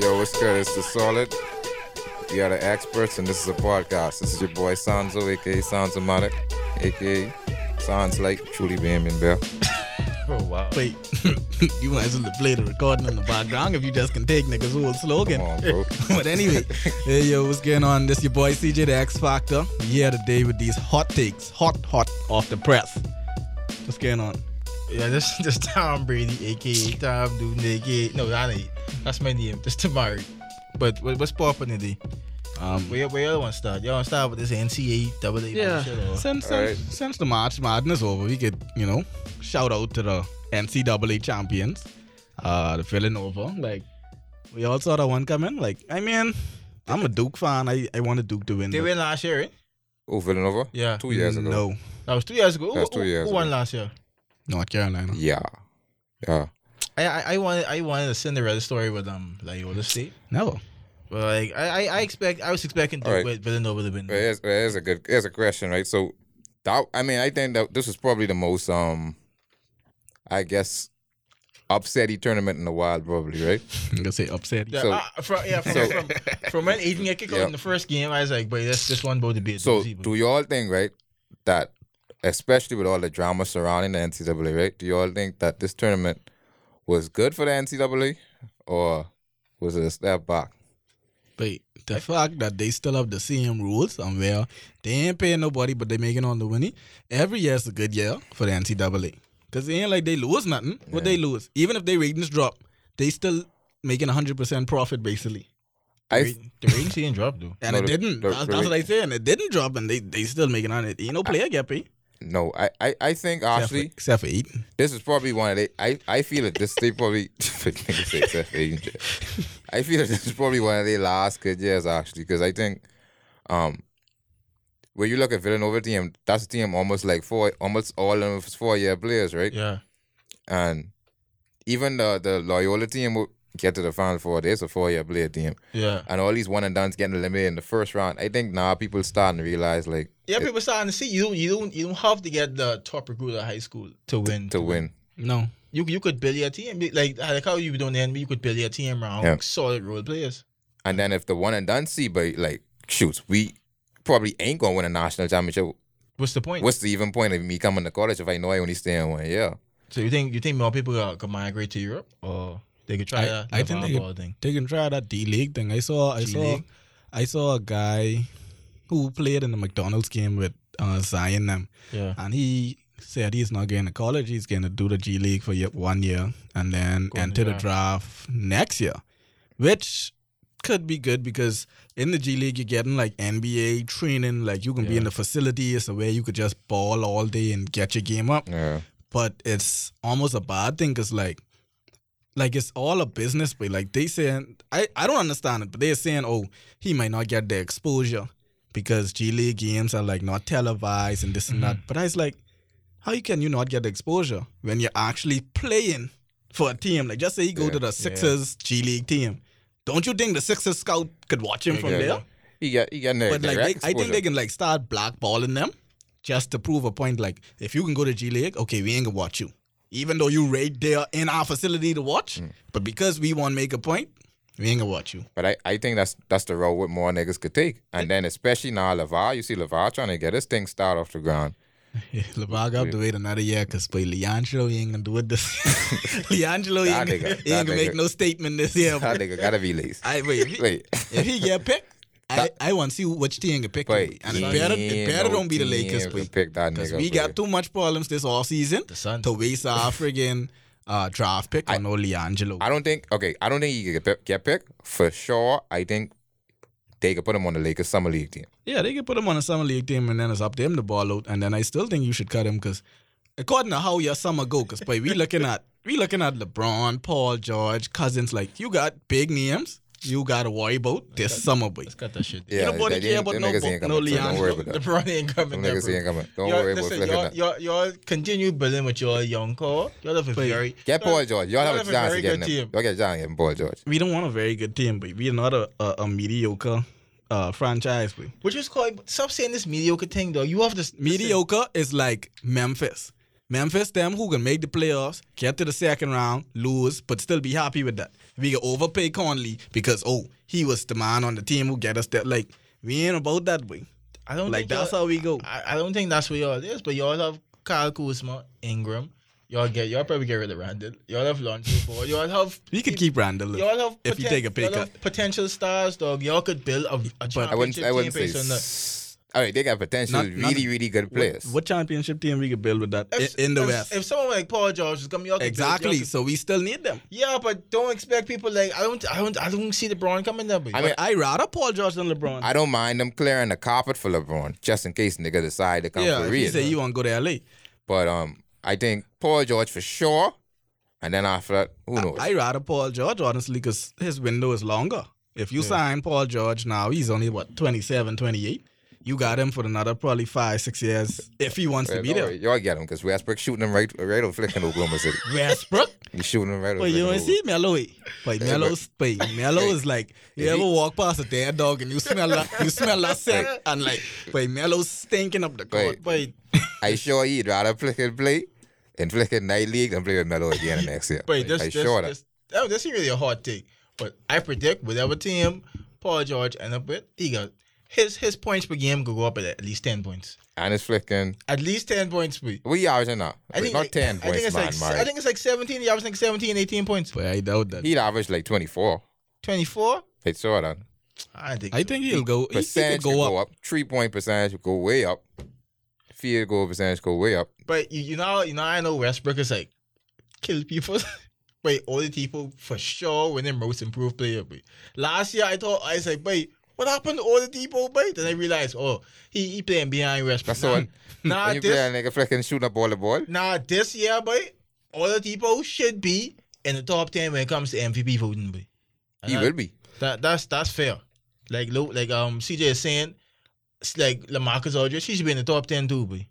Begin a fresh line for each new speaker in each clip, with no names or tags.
Curtis Curtis the Solid. We are the experts, and this is a podcast. This is your boy Sanzo, aka Sanzo Matic, aka Sans like truly Bamian Bell.
Oh wow.
Wait, you might as well play the recording in the background if you just can take niggas old slogan.
Come on, bro.
but anyway, hey yo, what's going on? This your boy CJ the X Factor. We here today with these hot takes, hot, hot off the press. What's going on?
Yeah, this this Tom Brady, aka Tom Dude, aka no, that ain't. That's my name. This Tamari. But what, what's popping today?
Um,
Where where y'all want to start? Y'all want to start with this NCAA
yeah,
shit
Mm.
or?
since since,
Alright.
since the March Madness over, we could you know shout out to the NCAA champions, uh, the Villanova. Like we all saw that one coming. Like I mean, I'm a Duke fan. I I wanted Duke to win.
They
but-
win last year, right?
Oh, Villanova?
Yeah.
Two years ago.
No,
That was two years ago. Who-
That's two
who,
years
Who won
ago.
last year?
North Carolina.
Yeah. Yeah.
I, I I wanted I wanted a Cinderella story with um Loyola State.
Never.
But like I I, I expect I was expecting Duke
Alright.
with Villanova to win.
But here's, here's a good here's a question, right? So that I mean, I think that this was probably the most um I guess upsetty tournament in the wild, probably, right?
I'm gonna say upset.
Yeah,
So-
uh, from, yeah, from,
so-
from, from when Aiden got kicked out
Yeah.
in the first game, I was like, "But that's just one boat to be a
So
doozy, but-
do you all think, right, that especially with all the drama surrounding the NCAA, right? Do you all think that this tournament was good for the NCAA or was it a step back?
But the fact that they still have the same rules and where they ain't paying nobody but they making all the money, every year's a good year for the NCAA. Because it ain't like they lose nothing. What they lose, even if their ratings drop, they still making 100% profit basically.
I
Ra- the ratings didn't drop though.
And
No,
it
the-
didn't.
the-
that's
the
that's what
ra-
I'm saying. It didn't drop and they, they still making on it. You know, player get paid.
no, I, I, I think
Except for,
honestly
except for Aiden.
this is probably one of the I, I feel that this they probably I feel that this is probably one of their last good years actually because I think um when you look at Villanova team that's a team almost like four almost all of them is four year players right
Yeah,
and even the the Loyola team will get to the final four there's a four year player team
yeah,
and all these one and done's getting eliminated in the first round I think now people starting to realize like
yeah.
it-
People starting to see you. Don't, you don't. You don't have to get the top recruit at high school to win.
to win
No.
you you could build your team like like how you don't end. You could build your team around
Yeah.
solid role players.
And then if the one and done see, but like, shoots, we probably ain't gonna win a national championship.
What's the point?
What's the even point of me coming to college if I know I only stay in one year?
so you think you think more people uh, could migrate to Europe or they could try
I-
that
I think they
volleyball thing?
They can try that D League thing. I saw I saw
D-League?
I saw a guy who played in the McDonald's game with uh, Zion them.
Yeah,
And he said he's not going to college. He's going to do the G League for year, one year and then
Go on the
enter the draft next year, which could be good because in the G League, you're getting like NBA training. Like you can be
Yeah.
in the facility. It's a way you could just ball all day and get your game up.
Yeah.
But it's almost a bad thing because, like, like it's all a business way. Like they saying, I, I don't understand it, but they're saying, oh, he might not get the exposure because G League games are like not televised and this and that.
Mm-hmm.
But I was like, how you can you not get the exposure when you're actually playing for a team? Like just say you go
Yeah,
to the Sixers G League team. Don't you think the Sixers scout could watch him from
yeah,
there?
yeah. He got he got no
But like,
direct
they, I think they
exposure.
can like start blackballing them just to prove a point. Like, if you can go to G League, okay, we ain't gonna watch you, even though you right there in our facility to watch.
Hmm.
But because we want to make a point, we ain't gonna watch you.
But I, I think that's that's the road what more niggas could take. And then especially now Lavar, you see Lavar trying to get his thing started off the ground.
Yeah, LeBron got to wait another year because boy, Leandro ain't gonna do it this. Leandro
That
ain't,
nigga,
gonna- he
that
ain't gonna make
nigga.
no statement this year.
That
bro.
nigga gotta be lazy.
I wait. If he,
Wait.
if he get picked. I, I want to see which team get picked.
Wait.
and it better, it better don't be the Lakers, boy.
Pick that
Because
nigga.
we
boy.
got too much problems this offseason
the Suns.
to waste our friggin' uh, draft pick on Oleangelo.
I don't think okay. I don't think he could pick- get picked for sure. I think they could put him on the Lakers summer league team.
yeah, they can put him on a summer league team and then it's up to him to ball out. And then I still think you should cut him because according to how your summer go, because boy, we looking at we looking at LeBron, Paul George, Cousins. Like you got big names, you got to worry about this summer, boy.
let's cut that shit.
Yeah,
nobody
they-
care
they-
about
them
no
niggas
bo-
ain't
no
coming, so Don't
Leandro.
worry about that.
The Bron ain't coming.
Them
there,
niggas
bro.
ain't coming. Don't
Y'all-
worry about
listen,
flicking
y'all,
that.
y'all, y'all continue building with your young core. Y'all have a
But-
very
Get
y'all-
Paul George. Y'all
y'all
have a chance
very
of
good
getting him.
team.
Y'all get John getting Paul George.
We don't want a very good team, but we're not a, a, a mediocre uh, franchise, boy.
Which is called stop saying this mediocre thing though. You have this
Mediocre is like Memphis. Memphis, them who can make the playoffs, get to the second round, lose, but still be happy with that. We can overpay Conley because oh, he was the man on the team who get us that. Like we ain't about that way.
I don't
Like
think y'all-
that's how we go.
I, I don't think that's where y'all is, but y'all have Kyle Kuzma, Ingram. Y'all get y'all probably get rid of Randall. Y'all have Lonzo Ball. Y'all have
We could keep Randall.
y'all have
if you
poten-
take a pay
y'all
cut.
have potential stars, dog. Y'all could build a, a championship
I wouldn't. I wouldn't
team
say.
based on that.
s- All right, they got potential.
Not-
really,
not-
really good
What,
players.
what championship team we could build with that in, in the
if,
West?
If someone like Paul George is coming, y'all could build- y'all
exactly.
could-
So we still need them.
yeah, but don't expect people like I don't I don't I don't see LeBron coming there. But
I
I
mean,
mean,
I rather Paul George than LeBron.
I don't mind them clearing the carpet for LeBron just in case nigga decide to come
yeah,
for
if you
real.
say you want to go to LA.
but um, I think Paul George for sure, and then after that, who knows?
I, I rather Paul George, honestly, because his window is longer. If you sign Paul George now, he's only, what, 27, 28? You got him for another probably five, six years if he wants to
Well,
be
don't
there.
worry, Y'all get him because Westbrook shooting him right, right over flicking Oklahoma City.
Westbrook?
He's shooting him right over.
But you
flicking
ain't see Melo. eh? But Melo's, but Melo is like, you
If
ever
he-
walk past a dead dog and you smell that, you smell that scent, and like, but Melo's stinking up the court.
Wait.
But
Oklahoma. I sure he'd rather flick and play and flick in night league than play with Melo again next year.
but this
I
this,
sure that.
this, oh, this ain't really a hard take. But I predict whatever team Paul George end up with, he got his his points per game could go up at at least ten points.
And it's flicking.
At least ten points. We
We averaging now.
I think
not
like-
ten
I think
points,
it's
man.
like
Murray.
I think it's like seventeen. He averaged like 17, 18 points.
but I doubt that.
he'd average like twenty four.
Twenty four.
I saw that.
I think.
I
so.
think he'll go. He, he could
percentage could
go up.
Three point percentage would go way up. Field goal percentage go way up.
But you, you know, you know, I know Westbrook is like kill people. but all the people for sure winning most improved player. But last year I thought I was like, wait, what happened to all the people? But then I realized, oh, he, he playing behind Westbrook.
That's all.
Nah, nah,
when you
this,
play a nigga flicking shooting up all the ball,
nah, this year, boy, all the people should be in the top ten when it comes to MVP voting. Boy. And
he
I-
will be.
That that's that's fair. Like lo- like um CJ is saying, it's like Lamarcus Aldridge, he should be in the top ten too, boy.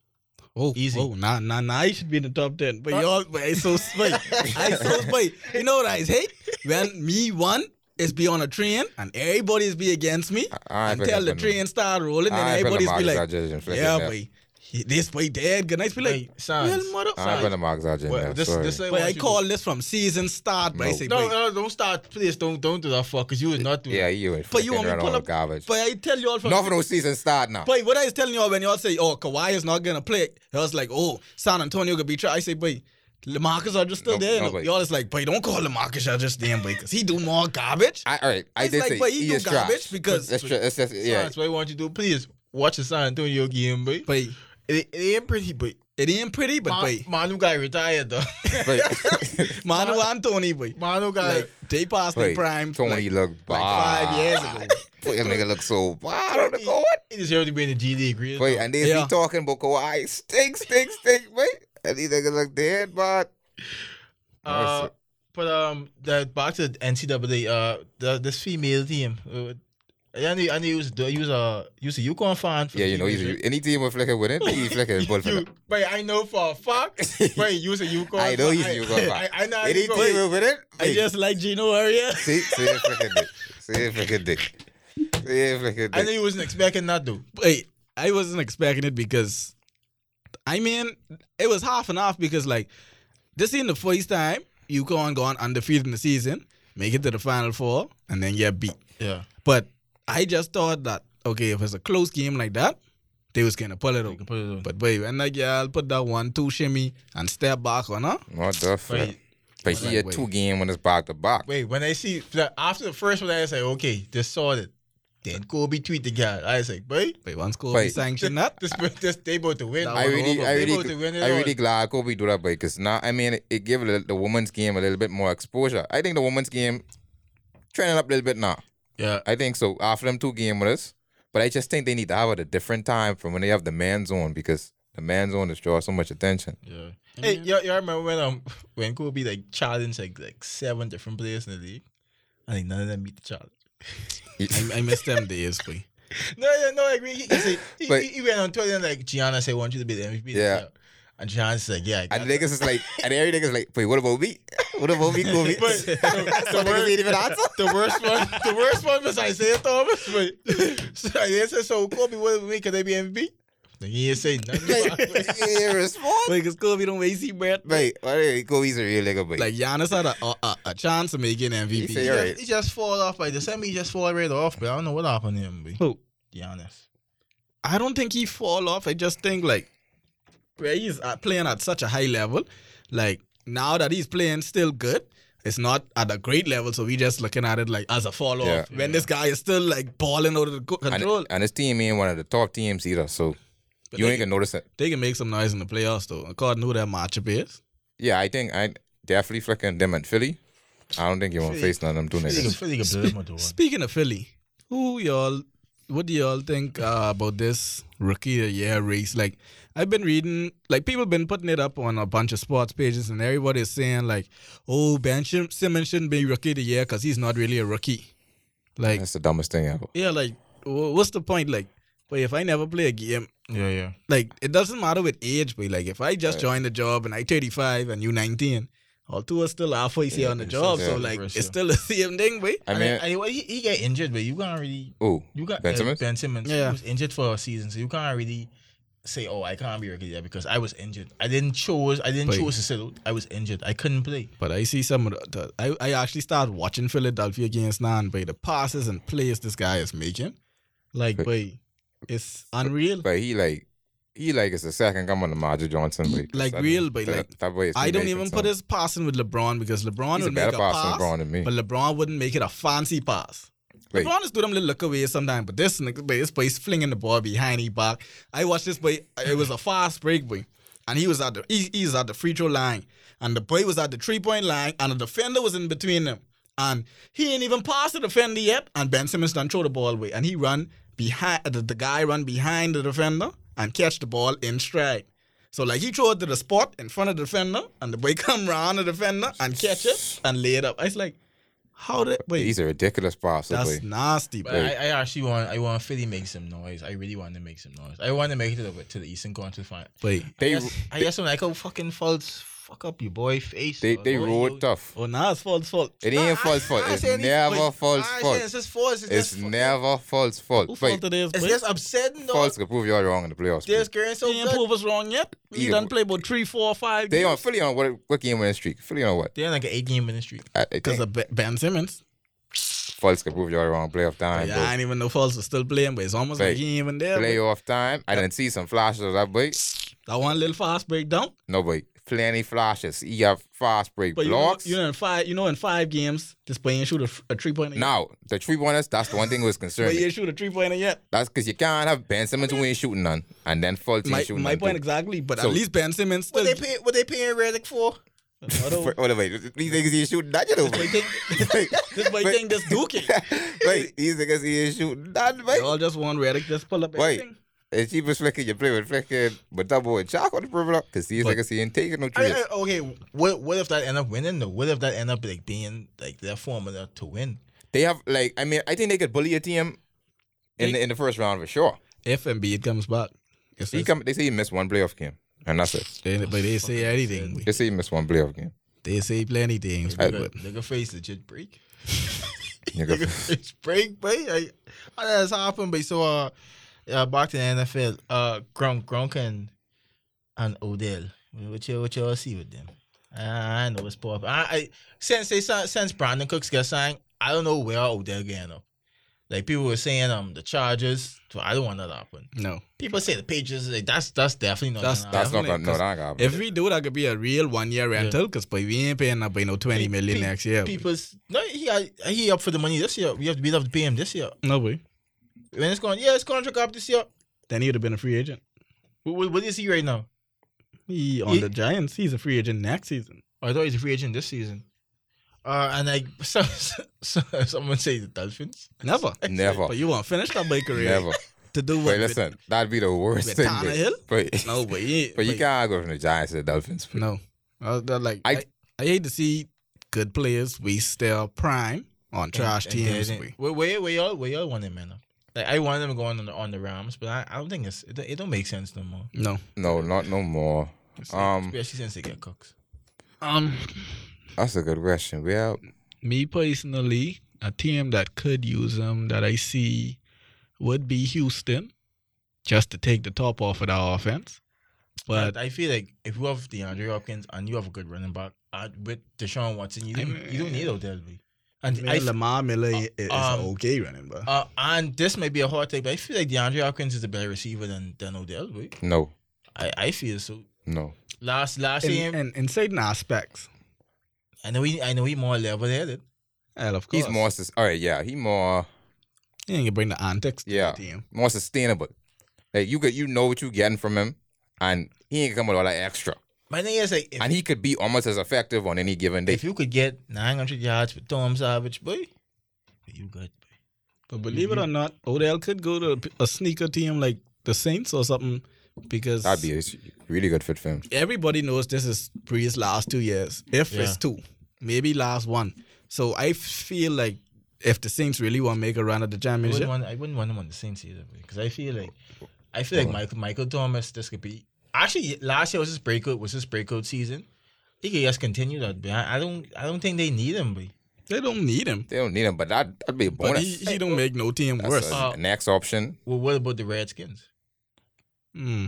Oh,
Easy.
Oh, nah, nah, nah. I should be in the top ten. But y'all, but I so spite. I so spite. You know what I hate? When me one is be on a train and everybody's be against me
I- I
and
pick
tell
up
the
on-
train start rolling and
I ain't putting
everybody's
Marcus
be like,
Aldridge in flicking
yeah,
there.
boy, he- this boy dead. Good night. Be like,
Like, sons.
well, mother.
I ain't putting Marcus Aldridge in
Well,
there,
this-
sorry.
this ain't
But
what
I
you do.
call this from season start. But I
No.
say,
No, uh,
boy,
no, don't start. Please don't don't do that fuck because you would not do
yeah,
that.
you ain't
but
flicking
you want me
around
pull
all
up.
garbage.
But I tell y'all from
Not for no season start now.
But what I was telling y'all when y'all say, "Oh, Kawhi is not gonna play," I was like, "Oh, San Antonio could be tried." I say, "But Lamarcus are just still
No,
there."
no,
And
but-
y'all is like, "But don't call Lamarcus are just there, because he do more garbage."
I, all right, I
It's
did
like,
say
but he do
is
garbage
trash.
because-
that's tra- that's just yeah.
Sons, what I want you to do, please watch the San Antonio game, boy.
but
It, it ain't pretty, but
it ain't pretty, but
Ma-
but
Manu got retired though.
But
Manu Anthony, but
Manu got
like they passed their
wait,
prime.
Tony
like,
looked
like
bad.
five years ago.
Wait, nigga look so bad on the
he-
court.
He deserved to be in the G League, really.
Wait, and they
Yeah.
be talking about Kawhi. Stink, stink, stink. Wait, and these niggas look dead, but
Uh, but um, the back to the NCAA, uh, the, this female team. Uh, I knew, I knew he was, he was a, he was a UConn fan. For
Yeah, you know,
females,
he's
right?
a, any team with flicker with him, he flicker bull for
You,
that.
wait, I know for a fact. wait, you was a UConn.
I know
fan.
he's a UConn fan.
I, I know.
Any
UConn-
team with him,
I just like Gino Aria.
see, see his flicker dick, see his flicker dick, see his flicker
I knew
dick.
you wasn't expecting that though.
Wait, I wasn't expecting it because, I mean, it was half and half because like this ain't the first time you go on gone undefeated in the season, make it to the final four, and then get beat.
Yeah.
But I just thought that okay, if it's a close game like that, they was gonna pull it out.
Put it on.
But wait, when that girl put that one two shimmy and step back on her,
What the fuck?
Wait.
But he had
Wait.
two game when it's back to back.
Wait, when I see after the first one, I was like, okay, this sorted. Then Kobe tweet the guy. I was like, boy,
wait, once Kobe
Wait.
sanctioned
this,
that,
this, this they about to win.
I really, I
they about to win
really,
it
I
all.
really glad Kobe do that because now, I mean, it gave the, the women's game a little bit more exposure. I think the women's game trending up a little bit now.
Yeah.
I think so. After them two game winners, but I just think they need to have it a different time from when they have the man's on because the man's on is drawing so much attention.
Yeah. Hey, y'all, y'all remember when um when Kobe like challenged like like seven different players in the league? I think none of them beat the challenge.
I, I missed them days, boy.
No, yeah, no, I agree. He, he, said- he,
But-
he, he went on Twitter and like Gianna said, "Want you to be the MVP."
Yeah.
And Gianna's like, "Yeah." I got
And niggas is like, and every niggas like, wait, what about me? What about me, Kobe?
But
so
the, the,
niggas ain't even answer.
worst, the worst one, the worst one was Isaiah Thomas. But so Isaiah said, "So Kobe, what do we make? Can they be MVP?" Nigga ain't say nothing. about it.
yeah, respond.
Like, it's Kobe don't waste his breath.
Wait, why did he go? He's a real nigga, but
Like, Giannis had a, a, a, a chance of making MVP.
He say,
He
You're
just-
right.
He just fall off. Like December, he just fall right off. But I don't know what happened to him. Be
Who?
Giannis.
I don't think he fall off. I just think like where he's at playing at such a high level, like now that he's playing still good, it's not at a great level. So we just looking at it like as a fall off.
Yeah.
When this guy is still like balling out of the co- control,
and, and his team ain't one of the top teams either, so
But
you
they-
ain't gonna notice it.
they can make some noise in the playoffs though. According to who that matchup is,
Yeah, I think I definitely flicking them in Philly. I don't think you won't
Philly-
face none of them two
Philly can-
niggas.
Philly can blow him out the water.
speaking of Philly, who y'all? What do y'all think uh, about this rookie of the year race? Like, I've been reading, like people been putting it up on a bunch of sports pages, and everybody's saying like, "Oh, Ben Shim- Simmons shouldn't be rookie of the year because he's not really a rookie." Like,
That's the dumbest thing ever.
yeah, like wh- what's the point? Like, but if I never play a game,
Yeah, yeah.
like it doesn't matter with age, but like if I just join the job and I 35 and you 19, all two are still halfway here
Yeah,
on the
it's
job,
still
so
the
like
first
it's
year.
still the same thing, boy.
I
I
mean,
mean, anyway, he, he got injured, but you can't really.
ooh,
You got
Ben
uh,
Simmons?
ben Simmons.
Yeah.
He was injured for a season, so you can't really say, "Oh, I can't be regular because I was injured. I didn't choose. I didn't
But-
choose to sit out. I was injured. I couldn't play."
But I see some of the, the- I, I actually started watching Philadelphia against now and by the passes and plays this guy is making. Like
But-
by it's unreal.
but he like he like is the second come on to Magic Johnson. But
Like,
that-
real, but,
that-
like,
that boy is
I don't
making
even
some-
put his passing with LeBron because LeBron
He's a
would
better
make a
pass than
pass.
LeBron than me.
But LeBron wouldn't make it a fancy pass.
Wait.
LeBron just do them little lookaways sometimes, but this nigga, boy, this boy's flinging the ball behind he back. I watched this boy. It was a fast break boy, and he was at the he, he was at the free throw line, and the boy was at the three point line, and the defender was in between them, and he ain't even passed the defender yet, and Ben Simmons done throw the ball away, and he run behind the, the guy run behind the defender and catch the ball in stride. So like he throw it to the spot in front of the defender, and the boy come round the defender and catch it and lay it up. I was like, how did wait?
He's a ridiculous pass. that
That's
boy.
nasty,
But
bro.
I, I actually want. I want Philly make some noise. I really want to make some noise. I want to make it to the, to the Eastern Conference final.
Wait.
They
Yes, I guess when I go fucking false, fuck up your boy face.
they
or
they
boy,
rolled
yo.
tough.
Oh, now it's false, fault.
It
Nah,
ain't
I-
false fault.
I
It's
said
never
wait,
false
I
fault.
said It's just false. It's,
It's
just full-
never false fault.
Who
Wait,
fault it is,
It's
boy?
just upsetting. though.
false could prove y'all wrong in the playoffs.
They're
bro.
scaring so
He ain't
good.
prove us wrong yet. He
Yeah,
done
but-
played about three, four, five.
They on Philly on what what game winning streak? Philly on what?
They're in like an eight game winning streak.
I, I
because
think
of Be- Ben Simmons.
false could prove y'all wrong. Playoff time,
yeah, I
bro.
didn't even know Falls was still playing, but it's almost
Play-
like he ain't even there. boy.
Playoff time. I didn't see some flashes of that boy.
That one little fast break down.
No boy, plenty flashes. He have fast break
But you know,
blocks.
you know, in five, you know, in five games, this boy ain't shoot a, f- a three pointer. yet.
now the three pointers. That's the one thing that was
but
concerning.
he ain't shoot a three pointer yet.
That's because you can't have Ben Simmons who ain't shooting none, and then faulty
My,
shooting
my
none,
point
too.
exactly. But
So-
at least Ben Simmons still.
What they pay? What they paying Redick for?
Although,
Wait, wait, these niggas ain't shooting that, you know.
this boy
boy.
think this boy
But-
think this Duke. it.
Wait, these niggas he ain't shooting that,
They
mate.
all just want Redick just pull up.
Wait.
everything.
It's cheap as flicking, you play with flicking, but double and chalk on the purple because these
But-
niggas he ain't taking no
I,
trades.
I- okay, what what if that end up winning though? What if that end up like being like their formula to win?
They have like I mean, I think they could bully a team in
They-
the in the first round for sure.
If Embiid comes back, it's
He come they say he missed one playoff game. And that's it.
They, but they say anything. we-
They say he missed one playoff game.
They say plenty of things.
I-
but
Nigga face legit break. Nigga
Nigga.
face break, boy. Like, how that has happened, but so uh, uh, back to the NFL. Uh, Gronk, Gronk and and Odell. What you what you all see with them? I, I know what's pop. I, I since they si- since Brandon Cooks got signed, I don't know where Odell going up. Like people were saying, um, the Chargers. So I don't want that to happen.
no.
People say the Patriots. Like, that's that's definitely not.
That's-
gonna
That's not
Definitely,
gonna no, that ain't gonna happen.
If we do, that could be a real one year rental because we ain't paying up by no twenty
Pe-
million
pe-
next year.
People's no, he got- he up for the money this year. We have to be up to pay him this year.
no way.
When it's going, yeah, his contract up this year.
Then he would have been a free agent.
Wh- wh- what is he right now?
He on
He-
the Giants. He's a free agent next season.
I thought he's a free agent this season. Uh, and like so, so, someone say the Dolphins.
Never.
Never.
But you want to finish that boy career
Oh. Never.
to do what?
Wait, listen, that'd be the worst
with
thing.
Tannehill?
But,
No, but he,
but you
but-
can't go from the Giants to the Dolphins.
No, I, that like I,
I-
I, hate to see good players waste their prime on trash
And- and
teams.
they
we.
didn't- Where where where y'all where y'all want him, man? Like I want him going on the, on the Rams, but I, I don't think it's it, don't- it don't make sense no more.
No.
No, not no more. Um
Especially since they get Cooks.
Um,
that's a good question. We have
me personally, a team that could use him that I see would be Houston. just to take the top off of our offense. But
I feel like if you have DeAndre Hopkins and you have a good running back uh, with Deshaun Watson, you
I
don't, you don't
mean-
need Odell. B. And
Man,
I, f-
Lamar Miller i- is
um,
okay running, but
uh, and this may be a hard take, but I feel like DeAndre Hopkins is a better receiver than than Odell. B.
No,
I I feel so.
no.
Last last
in,
game,
in, in certain aspects,
I know he I know he more level headed.
hell, of course,
He's more. Sus- all right, yeah. He more
He ain't gonna bring the antics to
Yeah.
the team.
more sustainable. Like you could you know what you getting from him, and he ain't come with all that extra.
My thing is like if,
And he could be almost as effective on any given day.
if you could get 900 yards with Tom Savage, boy, you good. Boy.
But believe it or not, Odell could go to a p- a, sneaker team like the Saints or something because
That'd be a really good fit for him.
everybody knows this is Bree's last two years. If it's two, maybe last one. So I feel like if the Saints really want to make a run at
I
the
wouldn't
championship,
want I wouldn't want him on the Saints either because I feel like I feel like Michael Michael Thomas this could be actually last year was his breakout was his breakout season. He could just continue that. But I I don't I don't think they need him. But
they don't need him.
They don't need him, but that that'd be a bonus.
But he, he don't make no team
That's
worse.
a-
Uh,
an next option.
well, what about the Redskins?
Hmm.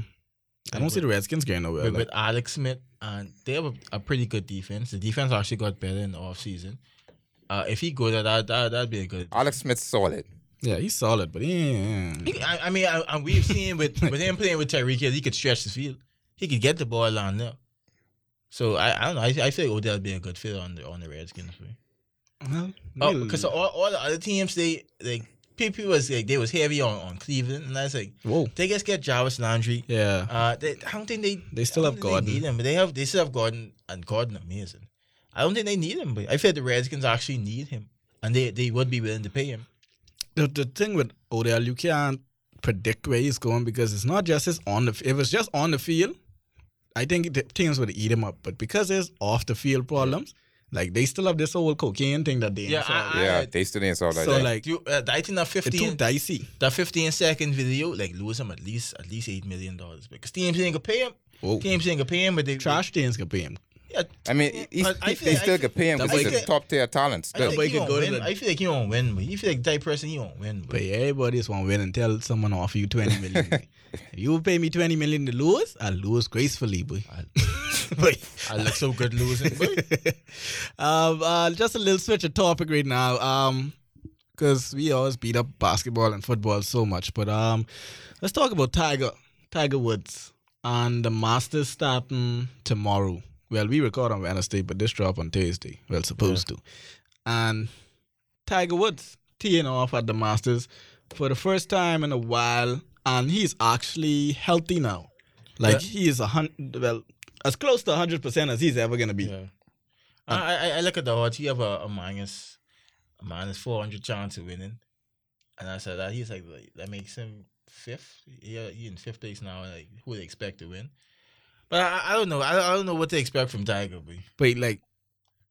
I don't see the Redskins getting nowhere.
With,
like-
with Alex Smith and they have a, a pretty good defense. The defense actually got better in the offseason. Uh, if he go there, that that that'd be a good.
Alex Smith's solid.
yeah, he's solid, but he ain't-
I, I mean, I, and we've seen with with him playing with Tyreek Hill, he could stretch the field. He could get the ball on there. So I, I don't know. I, I feel like Odell would be a good fit on the on the Redskins. Right?
Well, we'll-
because all, all the other teams they like people was like they was heavy on, on Cleveland, and that's like
whoa,
they just get Jarvis Landry.
yeah,
Uh, they, I don't think they
They still
I don't
have
think
Gordon.
They need him, but they have they still have Gordon and Gordon amazing. I don't think they need him, but I feel the Redskins actually need him, and they they would be willing to pay him.
the, the thing with Odell, you can't predict where he's going because it's not just his on the. If it's just on the field, I think the teams would eat him up. But because there's off the field problems, like they still have this whole cocaine thing that they.
Yeah,
solve.
I-
yeah,
I-
they still ain't solid.
so
like that.
like
Do you, uh, I think that
it's too
fifteen
dicey.
that fifteen second video like lose him at least at least eight million dollars because teams ain't gonna pay him.
Whoa.
Teams ain't gonna pay him, but they
Trash teams can pay him.
Yeah,
I mean, he's,
I- I
he-
feel-
they
I
still
feel-
could pay him
Double
because he's
A-
a top tier talent.
I
Still.
Double A
think, he
could
won't
go to
win.
the-
I feel like he won't win, but you feel like that person he won't win. But
But everybody's one win and tell someone I'll offer you twenty million. if you pay me twenty million to lose, I'll lose gracefully, boy. Boy.
I look so good losing. But
um, uh, just a little switch of topic right now. Um, because we always beat up basketball and football so much, but um, let's talk about Tiger, Tiger Woods, and the Masters starting tomorrow. Well, we record on Wednesday, but this drop on Thursday. Well, supposed to. And Tiger Woods teeing off at the Masters for the first time in a while, and he's actually healthy now. Like he is a hundred, well, as close to hundred percent as he's ever gonna be.
yeah. I, I I look at the odds. He have a, a minus a minus four hundred chance of winning, and I said that he's like like, that makes him fifth. Yeah, he in fifth place now. Like who they expect to win. But I, I don't know. I, I don't know what to expect from Tiger. But
But like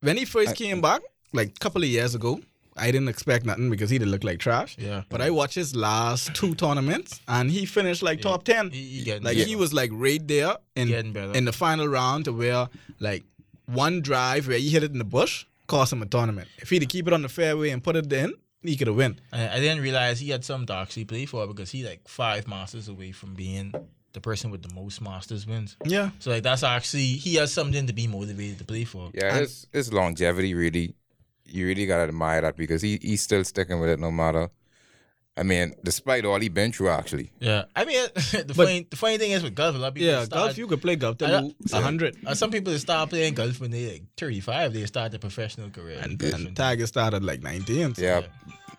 when he first
I-
came back, like a couple of years ago, I didn't expect nothing because he did look like trash.
yeah,
But I watched his last two tournaments and he finished like top ten.
he, he getting
Like
better.
he was like right there in
Getting better.
in the final round to where like one drive where he hit it in the bush cost him a tournament. If he'd keep it on the fairway and put it in, he could have win.
I, I didn't realize he had some docs he played for because he like five masters away from being the person with the most masters wins.
Yeah.
So like that's actually he has something to be motivated to play for.
Yeah,
And-
his his longevity really, you really gotta admire that because he he's still sticking with it no matter. I mean, despite all he been through, actually,
Yeah. I mean the
But-
funny the funny thing is with golf, a lot of people
Yeah,
start,
golf you could play golf
I
till
don't-
you a hundred.
uh, some people that start playing golf when they like thirty five, they start their professional career.
And, and Tiger started like nineteen. so-
yeah,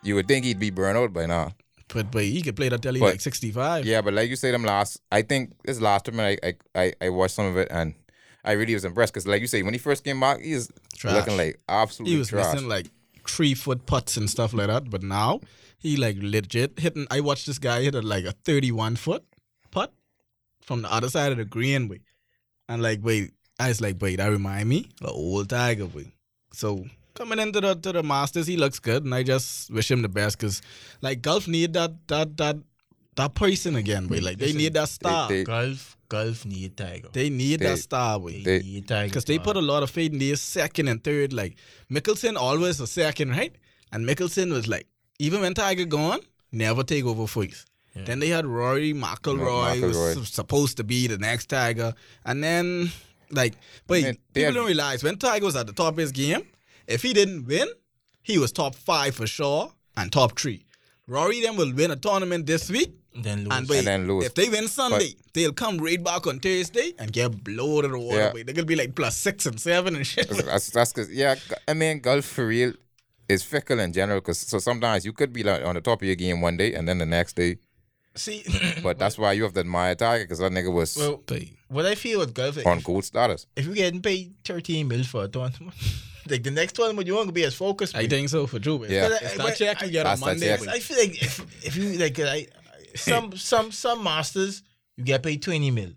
you would think he'd be burned out by now.
But but he could play that till he
But-
like sixty five.
Yeah, but like you say, them last. I think this last tournament, I I I, I watched some of it and. I really was impressed because, like you say, when he first came back, he was
Trash.
looking like absolutely
he was
trash.
missing like three foot putts and stuff like that. But now he like legit hitting. I watched this guy hit a, like a thirty one foot putt from the other side of the green way, and like wait, I was like wait, that remind me of the old Tiger way. So coming into the to the Masters, he looks good, and I just wish him the best because like golf need that that that that person again. Way like they
Listen,
need that star. They,
they-
golf golf need Tiger.
need
they-
that star. Way.
They
they-
need Tiger.
Because they put
a
a lot of faith in their second and third. Like Mickelson always was second, right? And Mickelson was like, even when Tiger gone, never take over first.
Yeah.
Then they had Rory McIlroy, who was
McIlroy.
supposed to be the next Tiger, and then like, but
Man, they
people
have-
don't realize when Tiger was at the top of his game, if he didn't win, he was top five for sure and top three. Rory then will win a tournament this week,
Then lose.
and, wait,
then lose.
if they win Sunday, they'll come right back on Thursday and get blown out of the water.
Yeah.
wait. They're gonna be like plus six and seven and shit.
that's that's because yeah, g- I mean golf for real is fickle in general. Cause so sometimes you could be like on the top of your game one day and then the next day.
See,
But that's why you have to admire Tiger because that nigga was
well,
They-
what I feel with golf, like,
on gold status.
if you're getting paid 13 mil for a tournament, like the next tournament, you won't be as focused.
I
man.
think so for Drew. man.
Yeah.
It's that check you get
That's that
on Monday.
check.
I feel like if, if you like I, I- some some some masters you get paid twenty mil,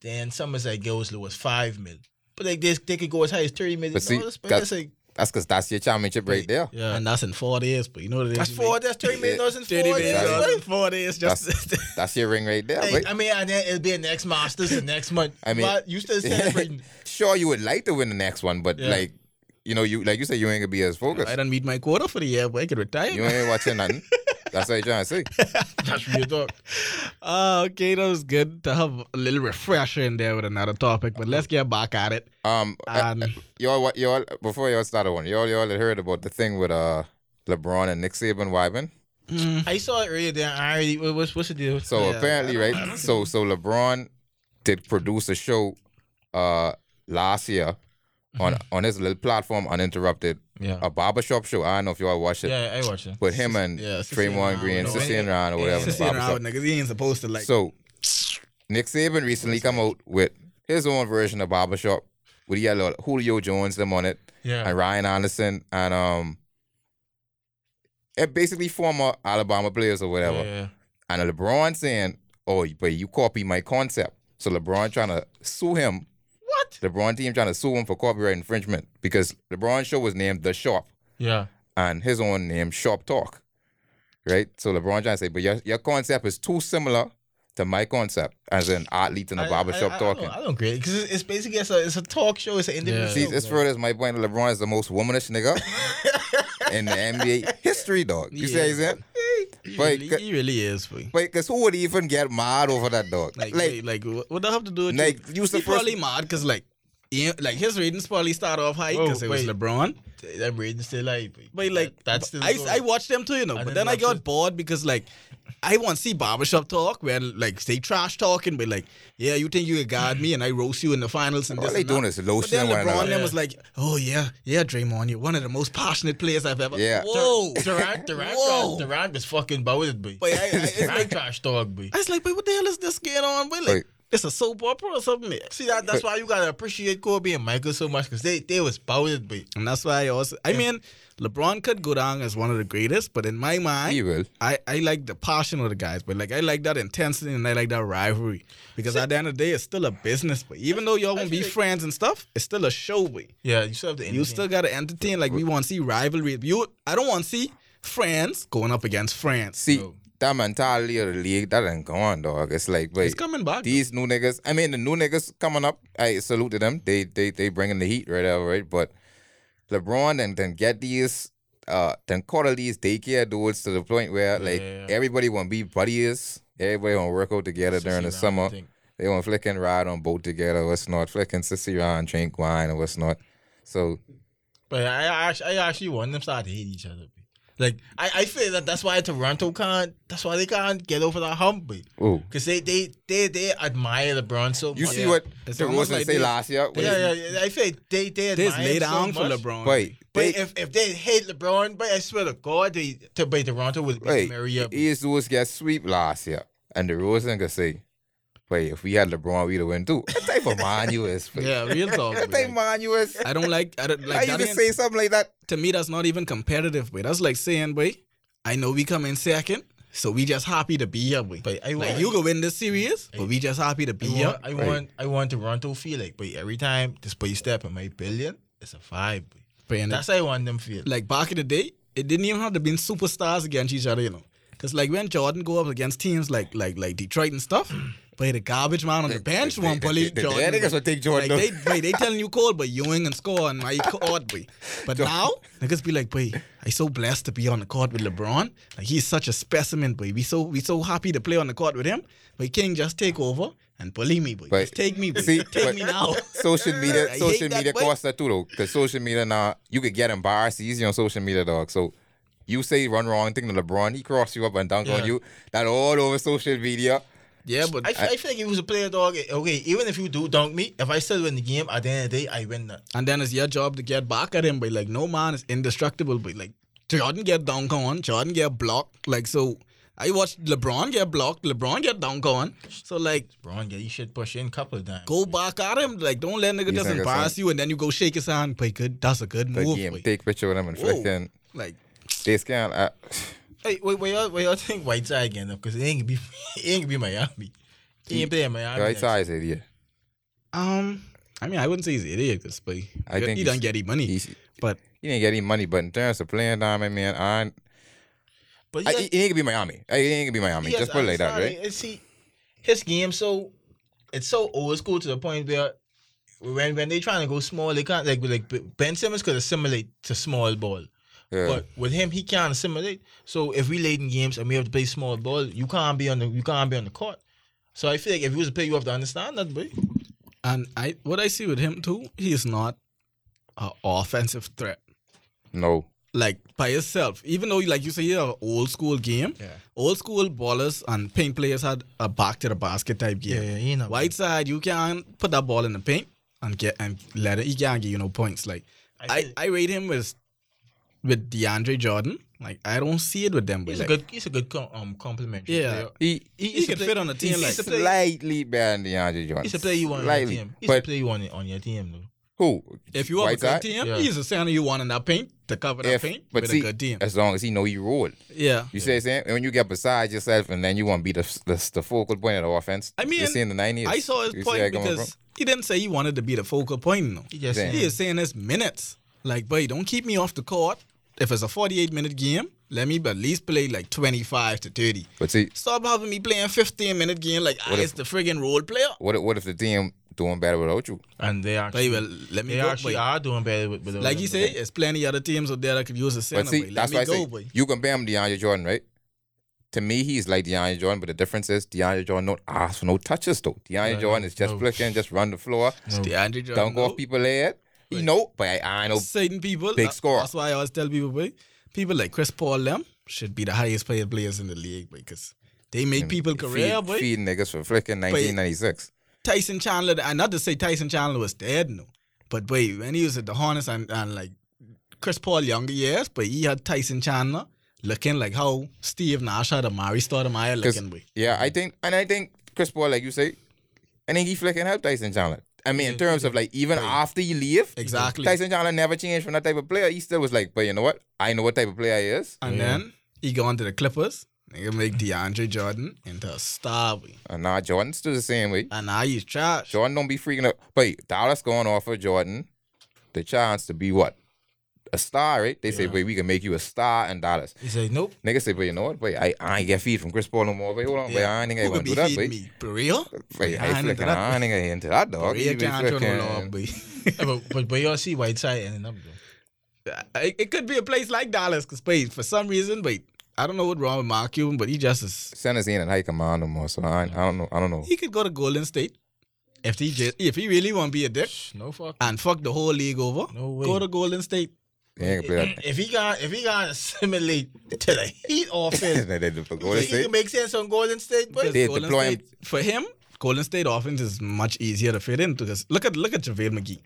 then some is like go as low as five mil, but like this they could go as high as thirty mil.
But see,
dollars, but
that-
that's like
That's because that's your championship right there.
yeah,
And that's in four days, but you know what it is.
that's
you
four.
make
That's thirty
Yeah.
million dollars in four
30 million
days.
Yeah.
dollars
right?
in four days. Just
That's your ring right there.
Like,
right?
I mean, and then it'll be a next masters the next month.
I mean-
but you still celebrating.
sure, you would like to win the next one, but
Yeah.
like you know, you like you said, you ain't gonna be as focused.
I don't meet my quota for the year, but I could retire.
You ain't watching nothing. That's what you're trying to say.
That's real talk.
Ah, okay, that was good to have a little refresher in there with another topic, but let's get back at it.
Um, uh,
And
y'all, what y'all before y'all started one, y'all y'all had heard about the thing with uh LeBron and Nick Saban vibing.
mm,
I saw it earlier. Then I already what- what's what's the deal?
So
Yeah,
apparently, right? So so LeBron did produce a show uh last year on
Mm-hmm.
on his little platform, uninterrupted,
yeah,
a barbershop show. I don't know if y'all watched it,
yeah, I watched it.
but him and
yeah, Sissy and
Draymond
Ron,
Green,
no,
Sissy and
yeah,
Ron, or whatever,
yeah.
the
just sitting
barbershop.
around with niggas, he ain't supposed to like.
So Nick Saban recently come out with his own version of barbershop with he had a lot of Julio Jones them on it
Yeah,
and Ryan Anderson and um and basically former Alabama players or whatever.
yeah.
And LeBron saying, Oh, but you copy my concept. So LeBron trying to sue him.
What?
LeBron team trying to sue him for copyright infringement because LeBron's show was named The Shop
Yeah,
and his own name, Shop Talk. Right? So LeBron trying to say, but your, your concept is too similar to my concept as an athlete in a
I-
barbershop
I, I,
talking.
I don't, I don't get it because it's, it's basically it's a, it's a talk show. It's an interview.
Yeah.
show,
See, this
man.
furthers my point. that LeBron is the most womanish nigga in the NBA history, dog. You see what I'm
Yeah.
saying?
he,
But-
really, he really is, boy.
Like, cause who would even get mad over that dog? Like,
Like, like,
like,
like, what what do I have to do with you?
use the
He
first.
probably mad because like, yeah, like his ratings probably start off high
Whoa,
because it was
wait.
LeBron.
That braiding's still alive.
But like,
that, that's still.
I,
going.
I watched them too, you know.
I didn't
but then I
watch
got
it.
bored because like, I want to see barbershop talk where like they trash talking, but like, yeah, you think you can guard me and I roast you in the finals and
all
this.
they
and
doing
that.
is
But then
lotion one
LeBron
another.
then was like, "Oh yeah, yeah, Draymond, you're one of the most passionate players I've ever."
Yeah.
Whoa.
Durant, Durant,
Whoa.
Durant was fucking about it, boy.
But I- I- it's
Durant
like-
trash dog, boy.
I was like, "Wait, what the hell is this going on? Wait,
Wait.
like, it's a soap opera or something."
See that? That's why you gotta appreciate Kobe and Michael so much because they they was about it, boy.
And that's why I also, I mean, LeBron could go down as one of the greatest, but in my mind,
He will.
I, I like the passion of the guys, but like I like that intensity and I like that rivalry because at the end of the day, it's still a business. But even though y'all won't be
feel like-
friends and stuff, it's still a show. But
Yeah, you still have the.
you still gotta entertain. Like we want to see rivalry. You, I don't want to see friends going up against friends.
See,
No.
that mentality of the league, that ain't gone, dog. It's like, wait,
It's coming back.
these new niggas. I mean, the new niggas coming up. I salute to them. They they they bringing the heat right now, right? But LeBron and then get these, uh, then quarter these daycare dudes to the point where like
Yeah.
everybody want to be buddies. Everybody want to work out together during the summer. They want to flick and ride on boat together. What's not flicking sissy around, drink wine and what's not. So
But I, I actually, I actually want them to start to hate each other. Boy. Like I, I feel that that's why Toronto can't. That's why they can't get over that hump, boy.
ooh.
Because they, they they they admire LeBron so
You
much.
see
Yeah.
what
It's
the
almost
Rosen
like
say
they-
last year?
Yeah, yeah, yeah. I feel like they they
This
admire
lay
him
down
so
for
much.
LeBron.
Wait,
But
they-
if, if they hate LeBron, but I swear to God, they to be Toronto would be
Wait,
Maria.
these dudes get sweep last year, and the Rosen could say, "Wait, if we had LeBron, we'd have win too." What type of man you is? fam?
yeah, real talk.
What
but,
type of
like,
man you is?
I don't like. I don't
How
like.
you
That
can
ain't-
say something like that?
to me, that's not even competitive. But that's like saying, "Wait, I know we come in second, so we just happy to be here." Boy.
But I
Like
want-
you go win this series, but we just happy to be
I
here.
want, I want, I want Toronto feel like, but every time this boy step in my billion, it's a vibe. But
But in the-
That's how I want them feel.
like back in the day, it didn't even have to be superstars against each other, you know. Cause like when Jordan go up against teams like like like Detroit and stuff, But the garbage man on the bench won't
they-
believe
they- they-
Jordan.
they niggas
boy.
will take Jordan,
Like,
though.
they, boy, they telling you cold, but Ewing and score and my court, boy. But now niggas be like, boy, I so blessed to be on the court with LeBron. Like he's such a specimen, boy. We so we so happy to play on the court with him. But King just take over and believe me, boy.
But-
just take me, boy.
See,
take
but-
me now.
Social
I
media,
hate
social
that
media
boy.
costs that too though, because social media now you could get embarrassed easy on social media, dog. So you say one wrong thing to LeBron, he cross you up and dunk on
Yeah.
you. That all over social media.
yeah, but
I, f- I feel like if you was a player, dog, okay, even if you do dunk me, if I still win the game, at the end of the day, I win that.
And then it's your job to get back at him, but like no man is indestructible. But like Jordan get dunk on, Jordan get blocked. Like so, I watched LeBron get blocked, LeBron get dunk on. So like
Braun, yeah, you should push in a couple of times.
go back at him. Like don't let nigga
You
just
think it's
embarrass
like-
you and then you go shake his hand. But good, that's a good
The
move.
game,
boy.
take picture with him and
Whoa.
flicking.
Like
They scan. uh, I,
Hey, wait, wait, y'all, wait, y'all think White Side again, though, because it ain't gonna be, it ain't gonna be Miami. He ain't playing Miami.
right
next.
size idiot.
um, I mean I wouldn't say he's an idiot because but he,
I think
he
he's-
don't get any money.
He's,
but
he didn't get any money, but in terms of playing time, I mean, I,
But
I e,
yeah,
he ain't gonna be Miami. I, he ain't gonna be Miami.
yes,
Just put it like that,
sorry.
right?
And see, his game so it's so old school to the point where when when they trying to go small, they can't like like Ben Simmons could assimilate to small ball.
Yeah.
But with him, he can't assimilate. So if we late in games and we have to play small ball, you can't be on the you can't be on the court. So I feel like if you was a player, you have to understand that, boy.
and I what I see with him too, he is not an offensive threat.
no.
Like by himself, even though like you say, you have an old school game.
Yeah.
old school ballers and paint players had a back to the basket type
Yeah,
game.
yeah, you know.
White side, you can put that ball in the paint and get and let it. He can't get you no points. Like
I
I,
think
I rate him with with DeAndre Jordan. Like I don't see it with them.
he's
but,
a
like,
good he's a good com- um complimentary
yeah.
player.
He he,
He could fit on a team
he's
like
a player-
slightly better than DeAndre Jordan.
He's a player you want on your
Slightly.
team. He's a
But
player you want on your team though.
who?
If you have a
Whiteside?
good team,
Yeah.
he's the center you want in that paint to cover that
If-
paint
but
with
see,
a good team.
as long as he know he rolled.
Yeah.
You see what I'm saying? And when you get beside yourself and then you want to be the, the, the focal point of the offense.
I mean,
you see in the 90s.
I saw his
you see
point
that coming from?
because he didn't say he wanted to be the focal point. No.
He just
Damn.
He is saying it's minutes. Like, boy, don't keep me off the court. If it's a 48 minute game, let me at least play like 25 to 30.
But see,
Stop having me playing 15 minute game like ah,
What if-
it's the friggin' role player.
what if, what if the team doing better without you?
and they actually
Boy, well, let me
They
go,
actually
boy.
are doing better with, with
Like you say, it's plenty other teams out there that could use a center.
But see,
boy. Let
that's
me
why I
go,
say
boy.
you compare him to DeAndre Jordan, right? To me, he's like DeAndre Jordan, but the difference is DeAndre Jordan don't ask for no touches though. DeAndre
No,
Jordan
no,
is just
no.
flicking, just run the floor,
No.
DeAndre Jordan.
don't go
no.
off people head. He
Right.
know, but I, I know.
Certain people.
Big
that-
score.
That's why I always tell people, boy, people like Chris Paul, them should be the highest paid players in the league because they make people career,
feed,
boy.
feed niggas for flicking 1996.
Tyson Chandler, and not to say Tyson Chandler was dead, no. But boy, when he was at the harness and, and like Chris Paul younger years, but he had Tyson Chandler looking like how Steve Nash had Amari Stoudemire
'Cause-
looking, boy. Mm-hmm.
Yeah, I think, and I think Chris Paul, like you say, I think he flicking help Tyson Chandler. I mean, in terms of like even after you leave,
Exactly.
Tyson Chandler never changed from that type of player. He still was like, but you know what? I know what type of player he is,
And then he gone to the Clippers. Nigga make DeAndre Jordan into a star, boy.
and now Jordan's still the same way.
And now he's trash.
Jordan don't be freaking up. But Dallas going to offer Jordan the chance to be what? A star, right? They say, wait, we can make you a star in Dallas.
he said, nope.
Niggas say, but you know what? Wait, I, I ain't get feed from Chris Paul no more. Wait, hold on. Wait, I ain't
Who
gonna
could
do
be
that,
feeding
wait.
me? For real?
Wait, I
I ain't
ain't
into
flicking. I
that.
ain't gonna into that, dog.
Korea
You be
can't turn
flicking-
no law, boy.
Yeah, but, but but y'all see White Side ending up though.
it, it could be a place like Dallas, because for some reason, but I don't know what's wrong with Mark Cuban, but he just is
Centers ain't in high command no more, so I, I don't know. I don't know.
He could go to Golden State if he just, if he really want to be a dick
No fuck.
and fuck the whole league over.
No way.
Go to Golden State.
He ain't gonna play
If he got if he got assimilate to the Heat offense,
that. they
you think it can make sense on Golden State, but
Because
They
Golden
deploy him.
State for him. Golden State offense is much easier to fit into because look at look at JaVale McGee.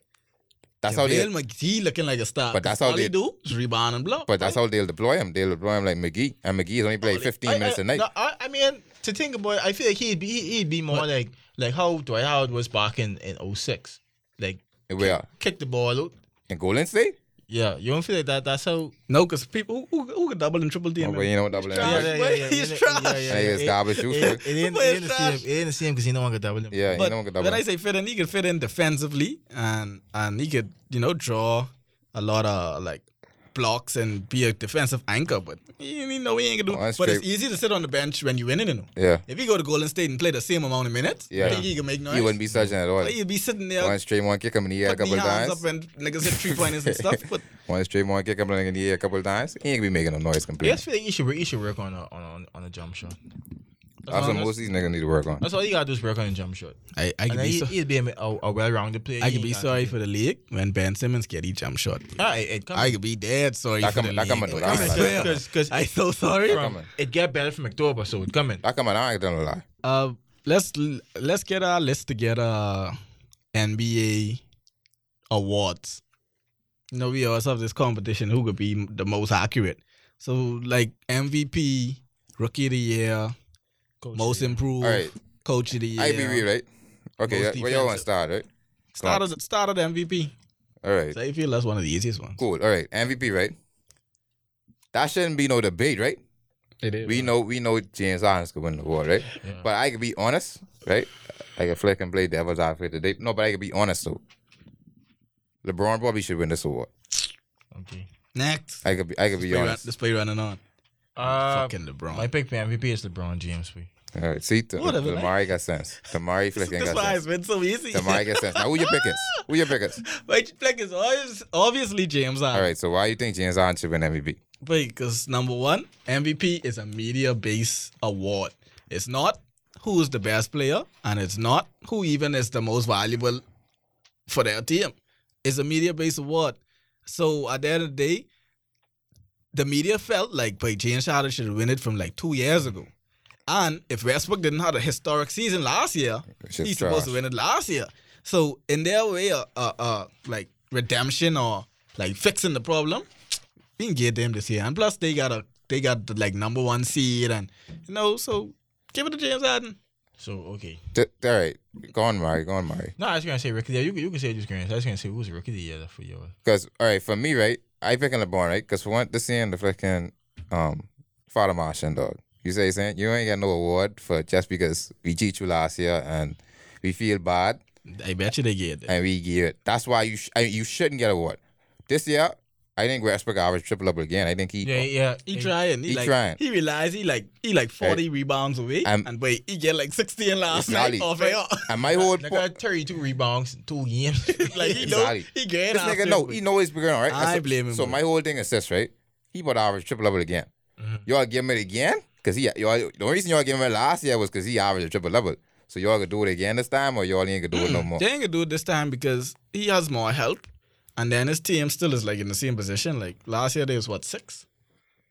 That's how
JaVale
they.
McGee looking like a star.
But that's
'cause
how
all
they-
he do is rebound and block.
But that's how they'll deploy him. They'll deploy him like McGee, and McGee's only played 15
I,
minutes
I,
a night.
No, I, I mean, to think about it, I feel like he'd be he- he'd be more like like how Dwight Howard was back in in 06. like
Where
kick the ball out.
in Golden State?
Yeah, you don't feel like that. That's how.
no, because people who, who, who could double and triple D.
Oh, but you know double.
trash.
Yeah,
yeah, yeah, He's trash.
yeah, yeah, it's garbage. You
It,
feel-
it, it ain't, it ain't the same. It ain't the same because he no one could double him.
yeah, you
but
know double.
when I say fit in, he could fit in defensively and and he could you know draw a lot of like blocks and be a defensive anchor, but you you know he ain't gonna do.
Oh, that's
but it's
true.
easy to sit on the bench when you winning, you know.
Yeah.
If he go to Golden State and play the same amount of minutes,
Yeah.
I think he can make noise.
He wouldn't be such an at all.
But he'd be sitting there,
One straight one kick him in the air a couple
putting his
of
hands
times.
up and niggas hit three pointers and stuff. But
One straight one kick him in the air a couple of times. He ain't gonna be making no noise
I
completely.
just feel like you should, you should work on a, on a, on a jump shot. That's
That's
all-
what most of these niggas need to work on.
That's all you gotta do is work on a jump shot.
I, I
And
could
then
be,
he,
so,
he'd be a, a, a well-rounded player.
I could be sorry for the league when Ben Simmons get his jump shot.
Ah, it, it comes.
I could be dead sorry
That
for
come-
the
that
league.
come a-
but
that
I
come a-
swear.
Cause, cause
I so sorry.
From-
from, it get better from October, so it coming.
That come on, I ain't gonna lie.
Uh, let's let's get our list together. NBA awards. You know, we always have this competition who could be the most accurate. So, like MVP, Rookie of the Year, Most Improved,
All right,
Coach of the Year.
I be real, right? Okay,
Most
yeah, where y'all want to
defensive.
start, right?
Start of, the- start of the MVP.
All right,
So I feel that's one of the easiest ones.
cool. All right, MVP, right? That shouldn't be no debate, right?
It is.
We know, we know James Harden could win the award, right?
Yeah.
But I can be honest, right? I can flick and play devil's advocate today. No, but I can be honest though. LeBron probably should win this award.
Okay.
Next.
I could be, I could be
Play run,
honest.
this play running on.
Uh,
Fucking LeBron.
my pick for MVP is LeBron James. We.
All right, see, the,
Whatever, man.
Damari got sense. Damari
this
flicking
this
got
why
sense.
it's been so easy.
Damari got sense. Now, who your pick is? Who your pick is?
My flag is always, obviously James Harden.
All right, so why you think James Harden should win MVP?
Because number one, MVP is a media based award. It's not who is the best player, and it's not who even is the most valuable for their team. It's a media based award. So at the end of the day, the media felt like by James Harden should have win it from like two years ago. And if Westbrook didn't have a historic season last year,
It's just
he's supposed to
trash.
win it last year. So in their way, uh, uh, uh like redemption or like fixing the problem, we can get them this year. And plus, they got a they got the like number one seed, and you know, so give it to James Harden.
So okay.
Th- all right, go on, Mari. Go on, Mari.
No, I was gonna say rookie. Yeah, you you can say this, Grant. I was gonna say who's rookie of the year for you?
Because all right, for me, right, I picking LeBron, right? Because for one, this year in the flicking, um, Father Martian dog. You say saying you ain't got no award for just because we cheat you last year and we feel bad
I bet you they get it.
and we give it. That's why you sh- I you shouldn't get an award this year. I think Westbrook averaged triple double again. I think he.
Yeah, yeah.
He trying. He,
He
like,
trying. Um,
He realized he like he like forty rebounds away,
I'm-
and wait, he get like sixty in last
Exactly.
night off air.
And my whole
They
point,
got 32 rebounds in two games.
like he know
Exactly.
he get
this nigga know he know he's bigger, right?
I
so,
blame him,
So
bro.
my whole thing is this, right? He about to average triple double again.
Mm-hmm.
Y'all give him it again because he y'all the only reason y'all gave him it last year was because he averaged triple double. So y'all could do it again this time, or y'all ain't gonna do it no more.
They ain't gonna do it this time because he has more help, and then his team still is like in the same position. Like last year, they was what six,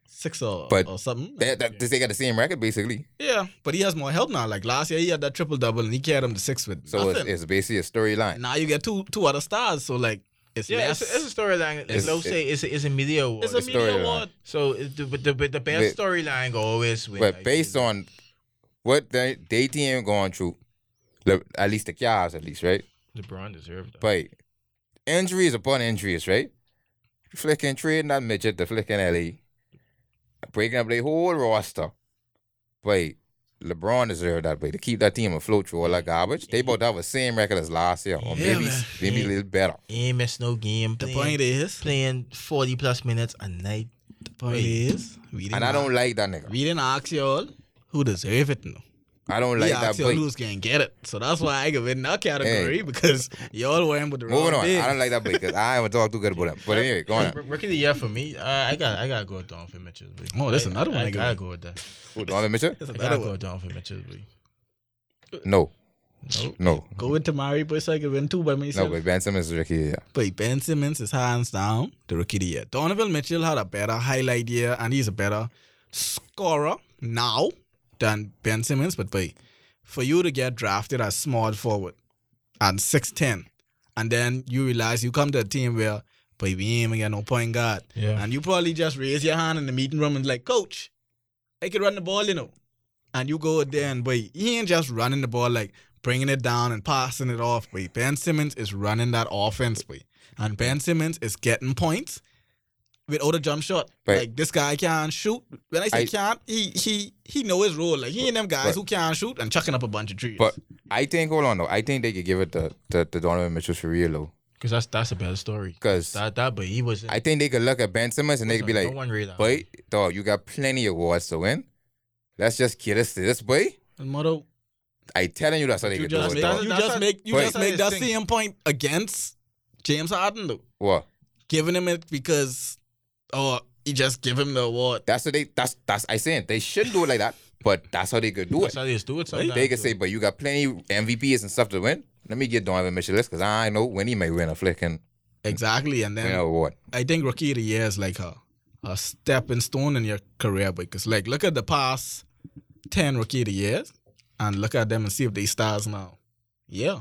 six or
But
or something.
They, that, they got the same record basically.
yeah, but he has more help now. Like last year, he had that triple double and he carried him to six with
So it's,
nothing.
it's basically a storyline.
now you get two two other stars. So like it's
Yeah,
less.
it's, a- it's a storyline.
It's-
Like Lo say, it's a, it's a media award.
It's a
it's
media
storyline.
award.
so it, the, but the, but the best
But-
storyline go always with.
But
like,
based
the-
on what they, they team going through, the, at least the Cavs, at least right.
LeBron deserved that.
But injuries upon injuries, right? Flicking trading that midget to flicking LA, breaking up their whole roster. But LeBron deserved that way to keep that team afloat through all that garbage. They both have the same record as last year, or
Yeah,
maybe
man.
maybe a
Yeah.
little better.
he ain't missed no game.
the
Playing,
point is,
playing 40 plus minutes a night.
the point is, we didn't.
And I don't
ask-
like that nigga.
we didn't ask y'all who deserve it. No,
I don't
we
like that
asked y'all
boy.
who's gonna get it. So that's why I can win that category
Hey.
because y'all were in with the wrong
Moving on,
thing.
I don't like that boy because I haven't talked too good about him. But anyway, go on.
R- Rookie of the year for me. Uh, I got I gotta go with Donovan Mitchell. boy.
Oh, that's another one
I,
I
I
got.
gotta go with that.
Who, Donovan Mitchell?
That's
I
another
gotta
one.
go with Donovan Mitchell. boy.
No,
Nope.
no,
Go with Tamari boy so I can win two by myself.
no. But Ben Simmons is Ricky. Yeah,
but Ben Simmons is hands down the rookie of the year. Donovan Mitchell had a better highlight year and he's a better scorer now than Ben Simmons. But boy, for you to get drafted as small forward and 6'10 and then you realize you come to a team where boy, we ain't even got no point guard.
Yeah.
And you probably just raise your hand in the meeting room and like, coach, I can run the ball, you know. And you go there and boy, he ain't just running the ball like bringing it down and passing it off. Boy, Ben Simmons is running that offense, boy, and Ben Simmons is getting points without a jump shot.
But-
like this guy can't shoot. When I say
I-
can't, he he he know his role. Like he ain't them
But-
guys who can't shoot and chucking up a bunch of trees.
But I think hold on though. I think they could give it to to, to Donovan Mitchell for real though.
Because that's that's a better story.
Because
That that, but he was.
I think they could look at Ben Simmons and they could be like,
no one read that.
"Boy, dog, you got plenty of awards to win. Let's just kill this, this boy."
And mother,
I telling you, that's how they
you
could do
just
it.
make
dog.
you
that's
just
a-
make you
Wait.
just make that
That's a thing.
same point against James Harden though,
What?
giving him it because oh you just give him the award.
That's what they. That's that's I saying they should do it like that, but that's how they could do
that's
it.
how they just do it. Sometimes
They could
though.
say, "But you got plenty MVPs and stuff to win. Let me get Donovan Mitchell list because I know when he may win a flicking
Exactly, and then
win an award."
I think rookie of the year is like a, a stepping stone in your career because like look at the past ten rookie of the years and look at them and see if they stars now. Yeah.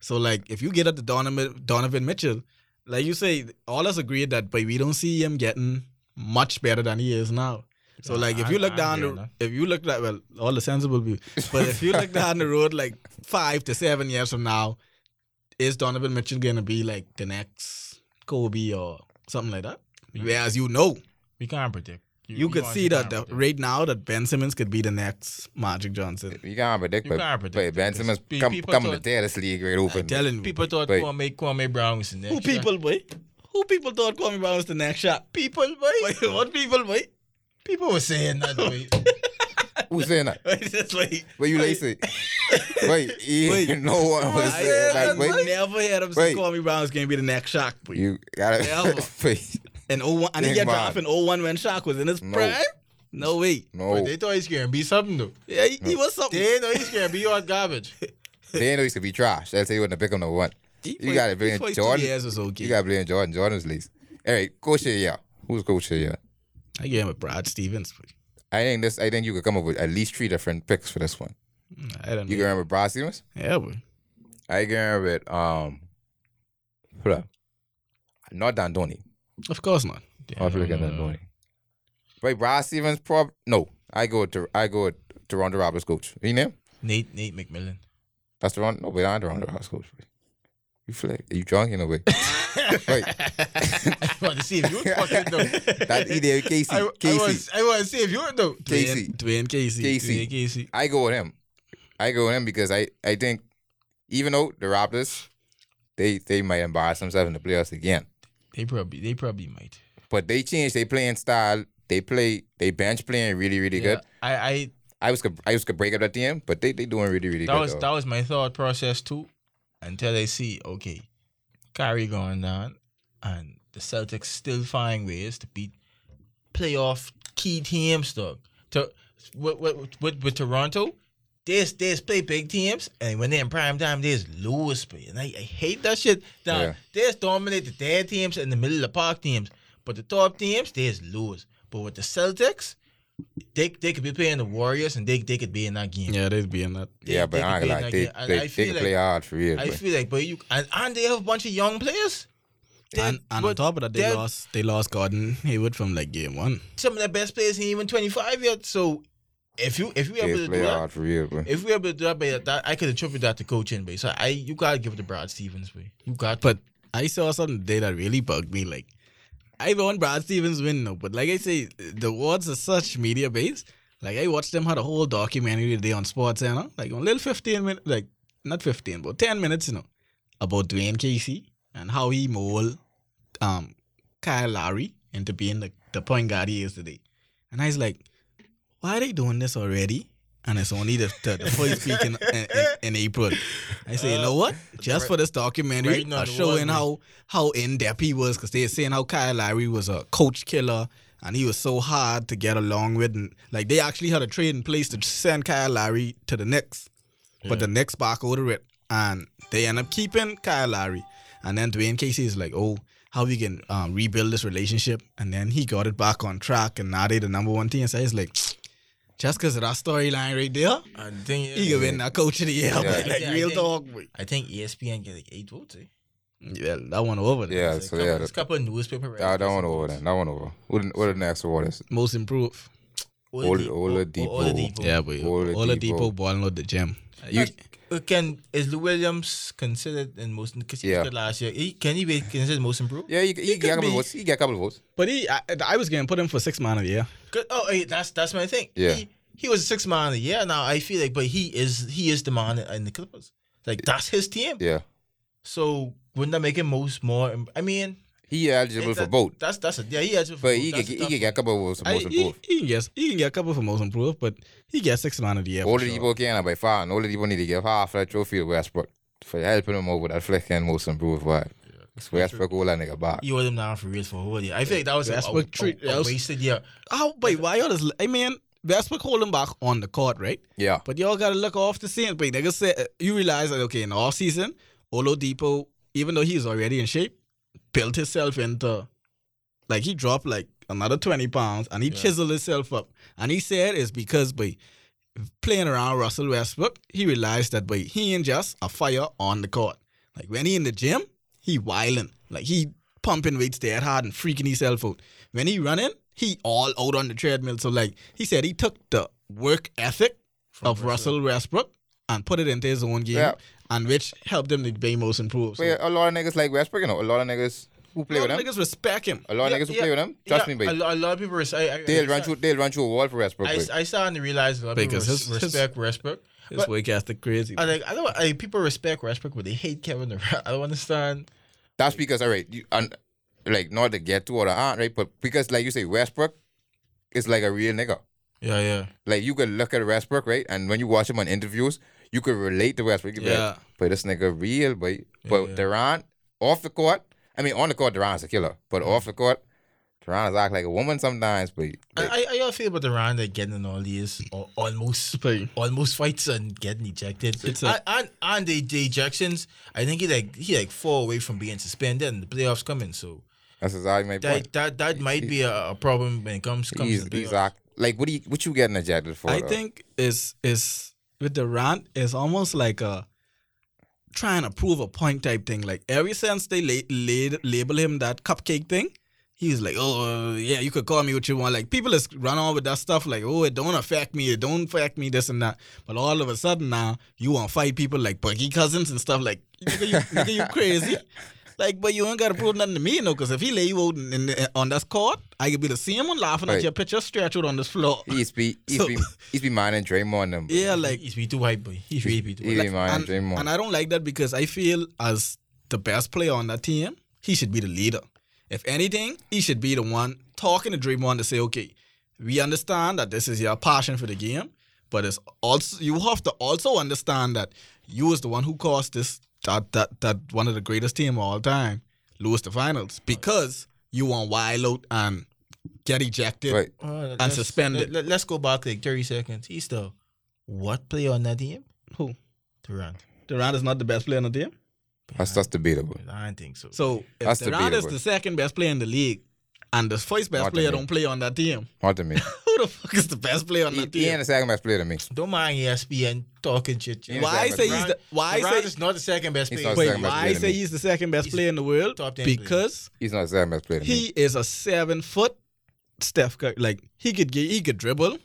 So like if you get at the Donovan Donovan Mitchell, like you say, all us agreed that but we don't see him getting much better than he is now. So
Yeah,
like if
I-
you look
I
down
agree on
the,
that.
if you look that well, all the sensible people. But if you look down the road like five to seven years from now, is Donovan Mitchell gonna be like the next Kobe or something like that? Whereas you know,
we can't predict.
you could
can't-
see
can't
that the-
predict.
right now that Ben Simmons could be the next Magic Johnson.
You can't predict,
You
but,
can't
but
predict
Ben
it.
Simmons
Pe-
come
people
come to
thought-
tear this league right open.
I'm telling you.
People thought
Wait.
Kwame Kwame Brown was the next.
who people, boy? Who people thought Kwame Brown was the next shot?
People, boy.
Wait, what people, boy?
People were saying that. Boy.
Who's saying that?
Wait, that's like,
But you lazy. Wait, you know what I'm
I,
saying?
I
Like, wait,
never heard him say
Wait.
Kwame Brown was gonna be the next Shaq, boy.
you gotta.
Never.
Wait,
And 01, and he
Think
get
about
drafted in 01 when Shaq was in his
No.
prime? No way.
But
no,
they thought he's gonna be something though.
Yeah, he, he was something.
They know he's gonna be hot garbage.
they know he's gonna be trash. They'll say you wouldn't pick him number one.
He
You gotta blame
played two
Jordan.
years was okay.
You gotta blame Jordan. Jordan's least. All right, coach here, yeah. Who's coach here? Yeah.
I gave him a Brad Stevens. but
I think this. I think you could come up with at least three different picks for this one.
I don't
You
know.
can remember Brad Stevens.
Yeah, boy.
I can remember it. Um, hold up. Not Dandoni.
Of course not.
I'll have to look at Dandoni. Wait, Brad Stevens. Prob no. I go to I go with Toronto Roberts coach. You name
Nate Nate McMillan.
that's Toronto. No, wait, I'm Toronto Roberts coach. Wait. You feel like you drunk in a way? wait,
I want to see if you would fucking know.
that either Casey.
I, I,
Casey.
want, I want to see if you would know.
Casey.
Dwayne, Dwayne Casey.
Casey.
Dwayne Casey.
I go with him. I go with him because I, I think even though the Raptors, they they might embarrass themselves in the playoffs again.
They probably they probably might.
But they changed their playing style. They play they bench playing really really
Yeah,
good.
I, I
I was could I was could break up that team, but they they doing really really
that
good.
was
though.
that was my thought process too, until I see okay, Kyrie going down, and the Celtics still find ways to beat playoff key teams. Dog, to with with, with, with Toronto, this this play big teams, and when they're in prime time, there's lose play, and I, I hate that shit. Dog,
Yeah.
there's dominate the dead teams and the middle of the park teams, but the top teams there's lose. But with the Celtics, they they could be playing the Warriors, and they they could be in that game.
Yeah, they'd be in that.
yeah, but
they
I
could
ain't
play
gonna lie,
like
they
it. I-
they,
I
they
feel
can
like-
play hard for real.
I
but-
feel like, but you and, and they have a bunch of young players. They-
and and on
but
top of that, they
they're-
lost. They lost Gordon Hayward from like game one.
Some of their best players ain't even twenty five yet. So if you if we
They
able to do
play
that,
hard for real, bro.
if we able to do that, but that I could attribute that to coaching. But so I you gotta give it to Brad Stevens. But you got
But I saw something today that really bugged me. Like, I want Brad Stevens win no, but like I say, the awards are such media based. Like I watched them had a whole documentary today on Sports Center, like a little fifteen minute, like not fifteen, but ten minutes, you know, about Dwayne Casey and how he mold um Kyle Lowry into being the, the point guard he is today. And I was like, why are they doing this already? And it's only the, the, the first week in, in, in April. I say, you know what? Just for this documentary,
Writing on
uh,
the wall,
showing
man.
how how in depth he was, because they are saying how Kyle Lowry was a coach killer and he was so hard to get along with. And like they actually had a trade in place to send Kyle Lowry to the Knicks, but the Knicks back over it, and they end up keeping Kyle Lowry. And then Dwayne Casey is like, oh, how we can um, rebuild this relationship, and then he got it back on track, and now they the number one team. So it's like. Just because of that storyline right there,
and the thing
he
is,
could win that coach of the year.
Yeah.
but, Like,
Yeah, I
real
think-
talk. but-
I think E ESPN get like eight votes. Eh?
Yeah, that one over. there.
Yeah,
It's
so
a couple,
yeah,
it's a
that,
couple of newspaper.
that, that
articles
one
and
over
votes.
then. That one over. What the, what the next award is?
Most improved.
Ola- Ola
Oladipo- O-
Depot.
Oladipo.
Yeah, but
Oladipo.
all the depot balling out the gym. You,
Uh, Can is Lou Williams considered in most? Because he was
Yeah.
good last year. He, can he be considered most improved?
Yeah, he, he,
could
got a couple
be-
votes. He got a couple votes.
but he, I, I was gonna put him for six man of the year.
Good. Oh, hey, that's that's my thing.
Yeah.
He, he was a six man of the year. Now I feel like, but he is he is the man in the Clippers. Like that's his team.
Yeah,
So wouldn't that make him most more? I mean,
He eligible
it-
for
that-
both,
That's that's a, yeah. He eligible for
but
both.
he can
That's a
he
tough
can get a couple of
I,
most of
he,
both.
he can get he can get a couple for most improved, but he gets six man of the year. for
All the
sure.
people can by far, and all the people need to give half that trophy to Westbrook for helping him over that flicking most improved vibe. Westbrook all that nigga back.
You owe them now for real for a whole year. I think that was a-
That's
a,
what
a-
treat-
a
that was-
wasted year.
Oh wait, why y'all just? I mean, Westbrook holding back on the court, right?
Yeah,
But y'all gotta look off the scene. But niggas say uh, you realize that okay, in the off season, Oladipo, even though he's already in shape, built himself into like he dropped like another twenty pounds and he
Yeah.
chiseled himself up. And he said it's because by playing around Russell Westbrook, he realized that by he ain't just a fire on the court. Like when he in the gym, he wildin'. Like he pumping weights dead hard and freaking himself out. When he running, he all out on the treadmill. So like he said, he took the work ethic
From
of Russell Westbrook and put it into his own game,
Yeah.
and which helped him to be most improved. So,
but a lot of niggas like Westbrook, you know, a lot of niggas who play
a
with
lot of
him,
niggas respect him.
a lot of
Yeah,
niggas who
yeah,
play with him. Trust me,
yeah, A,
baby.
lo- a lot of people. res- I, I,
They'll
I,
run through they'll run through a wall for Westbrook.
I,
babe.
I starting to realize a lot of people
Because
res-
his- his-
respect Westbrook.
His
But-
way cast crazy.
I like I don't I, people respect Westbrook, but they hate Kevin Durant. I don't understand.
That's because all right, you, and like not to get to or the aunt, right? But because like you say, Westbrook is like a real nigga.
Yeah, yeah.
Like you could look at Westbrook, right? And when you watch him on interviews, you could relate to Westbrook. You could be like,
yeah,
but this nigga real, but but
yeah.
Durant off the court. I mean, on the court, Durant's a killer, but off the court, Durant is act like a woman sometimes. But like,
I, I, I all feel about Durant like, getting in all these al- almost
Play.
almost fights and getting ejected.
It's
It's
a-
and, and the, the ejections. I think he like he like four away from being suspended, and the playoffs coming. So
that's exactly my point.
that that that might be a, a problem when it comes comes
He's,
to the
he's
playoffs.
act, like what do you what you getting ejected for?
I
though?
think is is with the rant is almost like a trying to prove a point type thing. Like ever since they la- la- label him that cupcake thing, he was like, "Oh yeah, you could call me what you want." Like people is run on with that stuff. Like, "Oh, it don't affect me. It don't affect me. This and that." But all of a sudden now, you want to fight people like Bucky Cousins and stuff. Like, nigga, you, nigga, you crazy. Like, but you ain't gotta prove nothing to me, no. Cause if he lay you out in, in, on this court, I could be the same one laughing at
Right.
your picture stretched out on this floor.
he's be he's
So-
be he's be minding Draymond them. bro.
Yeah, like
he's be too hype, boy. He's really be too
he
hype.
be minding
and,
Draymond.
and I don't like that because I feel as the best player on that team, he should be the leader. If anything, he should be the one talking to Draymond to say, okay, we understand that this is your passion for the game, but it's also you have to also understand that you was the one who caused this that that that one of the greatest team of all time lose the finals because you want wild out and get ejected.
Right.
Uh, let's-
suspended.
Let, us go back like thirty seconds. He's the what player on that team?
Who?
Durant.
Durant is not the best player on the team.
That's that's debatable.
I don't think so.
So if
That's
Durant is
debatable.
the second best player in the league, and the first
Not
best
to
player
me.
don't play on that team,
Hard to me.
who the fuck is the best player on
he,
that
he
team?
ain't a second best player to me.
Don't mind E ESPN talking shit. you know.
Why
Durant-
say he's the why
Durant
say
is not the second best
He's
player.
not
wait,
second best
why
player to
say
me.
he's the second best
He's
player in the world?
top 10 player.
Because
He's not a second best player to me.
he is a seven foot Steph Curry. Like he could get, he could dribble,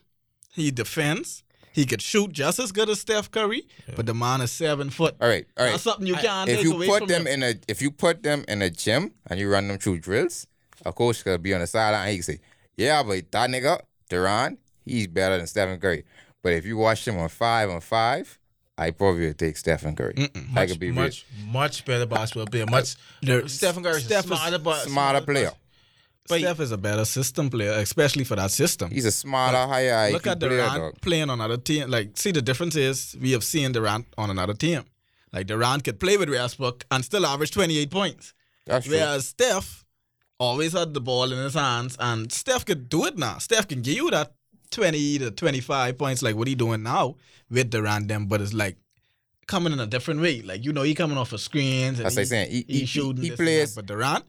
he defends, he could shoot just as good as Steph Curry, but the man is seven foot.
All right, all
That's
right.
something you can't
If
take
you
away
put
from
them in
him.
a if you put them in a gym and you run them through drills, of course could be on the sideline. and He can say, "Yeah, but that nigga Durant, he's better than Stephen Curry." But if you watch him on five on five, I probably would take Stephen Curry.
Mm-mm.
I
much,
could be real.
much, much better basketball player. Much
There-
Stephen Curry is
Steph
a
is-
smarter, ba-
smarter player.
But-
Steph is a better system player, especially for that system.
He's a smarter, higher IQ
Look at
player,
Durant
dog.
playing on another team. Like, see, the difference is we have seen Durant on another team. Like, Durant could play with Westbrook and still average 28 points.
That's true.
Whereas Steph always had the ball in his hands, and Steph could do it now. Steph can give you that 20 to 25 points, like what he doing now with Durant them, but it's like coming in a different way. Like, you know, he coming off of screens. And
That's
he,
like saying he-
he
he-
shooting.
he
this and that.
plays-
But Durant,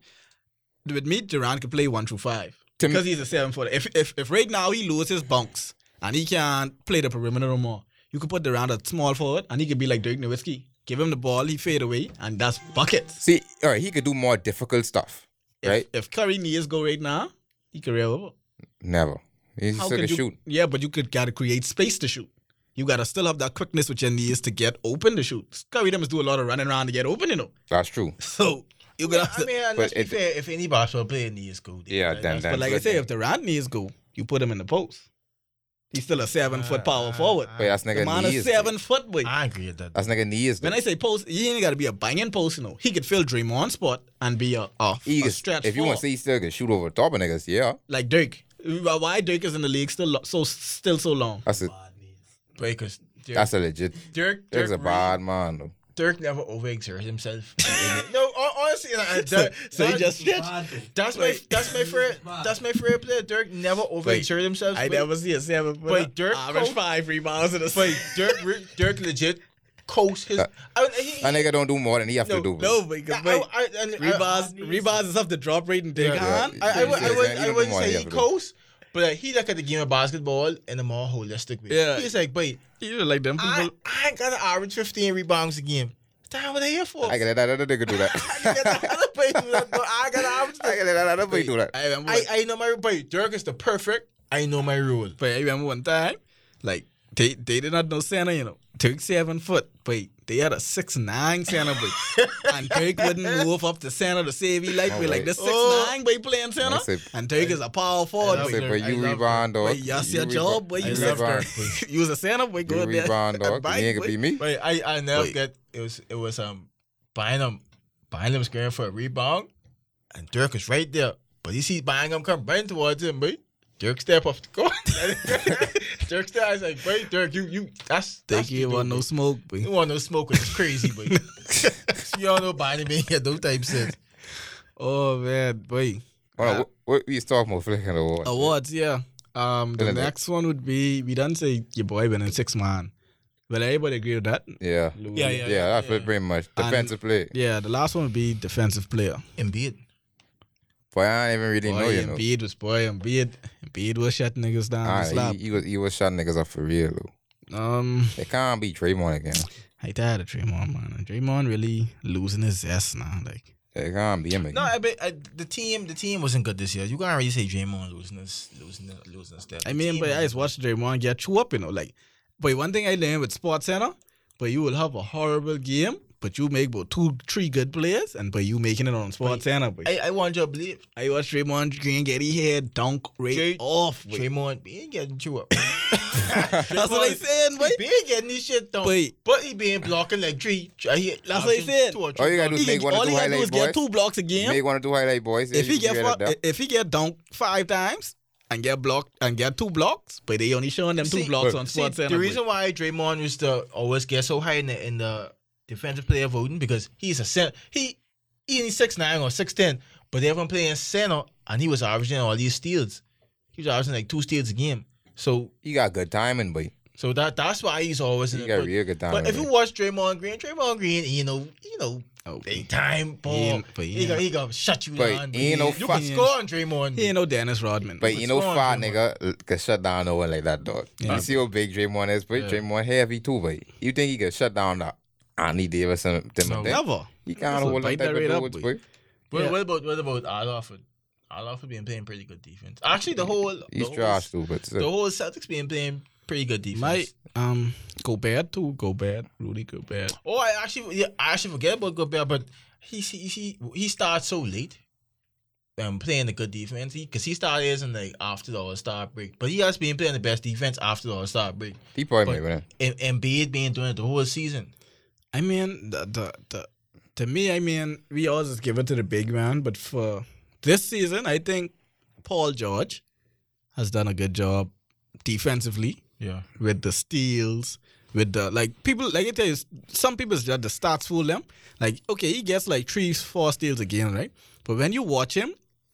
with me, Durant could play one through five
To me-
because he's a seven footer. If, if if right now he loses his bunks and he can't play the perimeter no more, you could put Durant at small forward and he could be like Dirk Nowitzki. Give him the ball, he fade away, and that's buckets.
See, all right, he could do more difficult stuff,
If,
right?
if Curry knees go right now, he career over.
Never. He's still
oh, could
can
you?
shoot.
Yeah, but you could gotta create space to shoot. You gotta still have that quickness with your knees to get open to shoot. Curry them is do a lot of running around to get open, you know.
That's true.
So
Yeah,
you gotta. have
I
to-
mean, let's be
it-
fair. If any basketball player needs go,
Yeah, then- then-
but like I say, if Durant knees go, you put him in the post. He's still a seven foot
Uh,
power
uh,
forward.
uh,
Wait, that's
The
nigga
man
knee
is
is.
seven foot boy.
I agree with that.
That's nigga knee is.
When I say post, he ain't got to be a banging post, you know. He could fill Draymond's spot and be a, a,
He
a
can-
stretch
if you want
forward.
to say he still can shoot over the top of niggas, yeah,
like Dirk. Why why Dirk is in the league still lo- so still so long?
that's a
Bad knees.
Because Dirk,
that's a legit.
Dirk, Dirk,
That's a
Reed-
bad man. Though.
Dirk never overexerts himself. no, hon- honestly, like, I-
So,
Dirk-
so he
that-
just
Bad though.
that's my
Wait.
that's my favorite that's my favorite player. Dirk never overexerted himself.
I
but-
never see a seven foot.
Wait, Dirk
average
coach-
five rebounds in a
But
season.
Dirk re- Dirk legit coached his. I, mean, he,
That nigga don't do more than he have to
No,
do.
No, because wait,
I, I, I, I,
rebounds rebounds is up the drop rate in Dirk.
Yeah.
Hahn.
Yeah.
I, I, would- I, would,
He
I
don't
wouldn't
do more than
say
he
he
have to do.
coached, but like, he look at the game of basketball in a more holistic way.
Yeah.
He's like, wait,
You know, like them people.
I, I ain't got an average 15 rebounds a game. Damn, what they here for?
I can let that other nigga do that.
I can let another play do that, but I got an average.
I can let that other boy do that.
I remember,
I, I know my but Dirk is the perfect. I know my rule.
but I remember one time, like they they did not know Santa, you know, Dirk seven foot, but they had a six nine Santa, but and Dirk wouldn't move up to Santa to save he like,
Oh,
we
wait.
like this six
Oh.
nine boy playing Santa,
I said-
and Dirk is a power
I
forward.
I
love
boy.
said,
Dirk.
but
I
you
love
rebound, dog.
Wait, that's your
rebound-
job, boy. You
You
left
rebound,
you was a Santa boy,
you
go there.
rebound, dog. You
Bye,
ain't gonna
boy.
be me.
But I, I never
Wait.
get it was it was um Bynum Bynum's going for a rebound and Dirk is right there. But you see Bynum come running towards him, boy. Dirk step off the court. Dirk step I was like, boy, Dirk, you you that's
Think
that's
you
the
want
dude,
no
boy.
smoke, boy.
You want no smoke it's crazy, boy. you all know Bynum ain't here no time since.
Oh man, boy.
Hold on, what, what we was talking about flicking the wall?
Awards, yeah. Um, the
Isn't it?
next one would be we done say your boy been in six man. Will everybody agree with that?
Yeah.
Yeah, yeah.
Yeah, that's pretty much defensive play.
Yeah, the last one would be defensive player.
Embiid.
Boy, I ain't even really know
Boy,
you know.
Embiid was boy, Embiid, Embiid was shut niggas down.
Ah,
and slap.
he, he was he was shot niggas up for real. Though.
um,
They can't beat Draymond again.
I tired of Draymond, man. And Draymond really losing his zest now. Like,
They can't beat him again.
No, I bet I, the team the team wasn't good this year. You can't really say Draymond losing this losing this- losing this step.
I mean, but I just watched Draymond get chewed up, you know. Like, but one thing I learned with Sports Center, but you will have a horrible game, but you make about two, three good players, and but you making it on Sports Center. But
I, I want you to believe
I watched Draymond Green get his head dunk right
Jay-
off. boy.
Draymond being getting chewed up.
That's what I said, boy.
He been getting his shit done,
Wait.
but he been blocking like three. I hear-
That's what he
option
said.
two or
All
three
Oh, you gotta do
He
is make
can-
one or
all
two
he gotta do is
highlight
get
boys.
two blocks a game.
Make one or two highlight boys.
if he get eh.
you
fu-
that.
if he get dunked five times and get blocked and get two blocks, but they only showing them two
See-
blocks
Look,
on
See,
Sports Center.
the reason why Draymond used to always get so high in the, in the defensive player voting because he's a center. He he ain't six nine or six ten, but everyone playing center and he was averaging all these steals. He was averaging like two steals a game. So
he got good timing, boy.
so that that's why he's always. in
He
the-
got
but-
real good timing.
But if you
boy.
watch Draymond Green, Draymond Green, you know, you know,
Oh,
big time ball.
ain't- but he
He
ain't-
gonna he gonna shut you
but
down.
he ain't
boy.
no
you
fuck-
can score on Draymond.
he ain't no Dennis Rodman.
But you know,
wrong,
fat
Draymond?
nigga can shut down no one like that, dog.
Yeah.
You see how big Draymond is, but
Yeah.
Draymond heavy too, boy. You think he can shut down that Andy Davis and them?
No.
and them?
never.
He can't
That's a
hold that
bite
type
that rate up,
of dudes,
boy.
boy.
What,
Yeah.
what about what about Alford? Alford been playing pretty good defense. Actually, the whole the
He's
whole,
trash too, but
The
still.
whole Celtics been playing pretty good defense.
My um Gobert too. Gobert, Rudy Gobert.
Oh, I actually yeah, I actually forget about Gobert, but he he he, he starts so late. Um, playing the good defense because he, started as in like after the All Star break, but he has been playing the best defense after the All Star break.
he probably
but-
might win.
And Embiid been doing it the whole season.
I mean, the, the the to me, I mean, we all just give it to the big man. But for this season, I think Paul George has done a good job defensively
Yeah,
with the steals, with the like people like I tell you, some people just the stats fool them. Like okay, he gets like three, four steals a game, right? But when you watch him,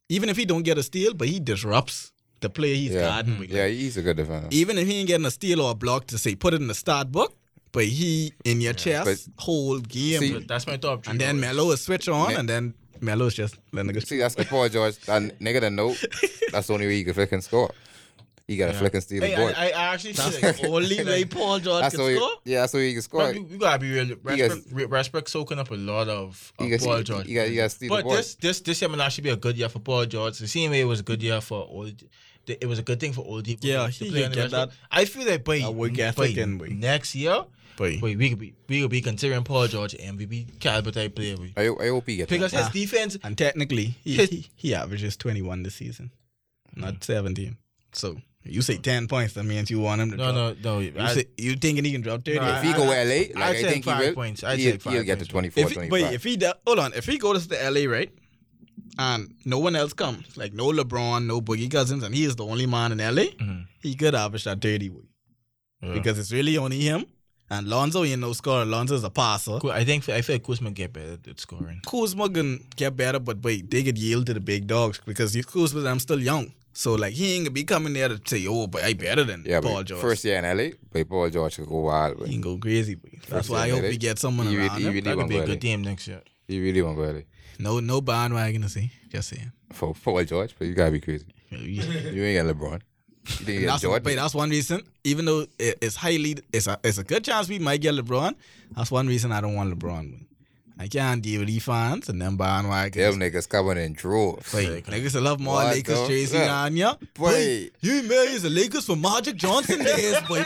even if he don't get a steal, but he disrupts the player he's
Yeah.
guarding. with.
Yeah, he's a good defender.
even if he ain't getting a steal or a block to say put it in the start book, but he in your chest whole game.
See-
but that's my top. three
and then
players.
Melo is switch on,
Ne-
and then Melo is just letting niggas.
See, that's the Paul George. That nigga that know, that's the only way he can flicking score. He got to
Yeah.
flick and steal
Hey,
the ball.
I, I actually
That's
feel like
the only way Paul George
that's
can
the way.
score.
Yeah, that's the way he can score.
Bro, you, you gotta be real. Westbrook, Re- Westbrook soaking up a lot of, of
He got
Paul George.
he got he got to steal the
but
ball.
this this this year might actually be a good year for Paul George. The same way it was a good year for old. the- It was a good thing for old people.
Yeah,
to
he
play in
can
the
get
Westbrook.
that-
I feel like boy,
that work
boy,
ethic and we-
next year,
Boy.
boy, we could be we could be considering Paul George MVP caliber type player. boy.
I, I hope he gets
Because
that.
his
Ah.
defense,
And technically, he,
His-
Mm.
he he averages twenty one this season, not seventeen. So You say ten points, that means you want him to
No,
drop.
no, no.
You,
I,
say, you thinking he can drop thirty?
No, I-
if he go LA,
I
like I,
said
think he
five
will,
points. I
he'll,
said five
he'll get to
points.
24,
if he,
25.
but if he do, hold on, if he goes to LA, right, and no one else comes, like no LeBron, no Boogie Cousins, and he is the only man in LA,
Mm-hmm.
Mhm.
he could average that thirty boy.
yeah.
because it's really only him and Lonzo. You know, scorer Lonzo is a passer.
Ku- I think I feel like Kuzma get better at scoring.
Kuzma can get better, but wait, they could yield to the big dogs because you Kuzma, I'm still young. So like he ain't gonna be coming there to say, oh, but I better than
yeah,
Paul
but
George.
first year in LA, but Paul George could go wild. But
he can go crazy. Boy. That's
First
why I
year,
hope
right?
we get someone
He really-
around
he
him.
really
That could
won't
be
go
a
LA.
good team next year.
He really won't go LA
No, no bandwagon to see. Just saying.
for Paul George, but you gotta be crazy.
And
You ain't got LeBron. You think you got
That's,
Jordan?
wait, that's one reason. Even though it- it's highly, it's a, it's a good chance we might get LeBron. That's one reason I don't want LeBron. boy. I can't deal with these fans and them bandwagons.
Them niggas coming in droves.
Wait, niggas love more
What
Lakers
the
Tracy
fuck?
Nanya.
Wait.
you remember the Lakers for Magic Johnson days, boy.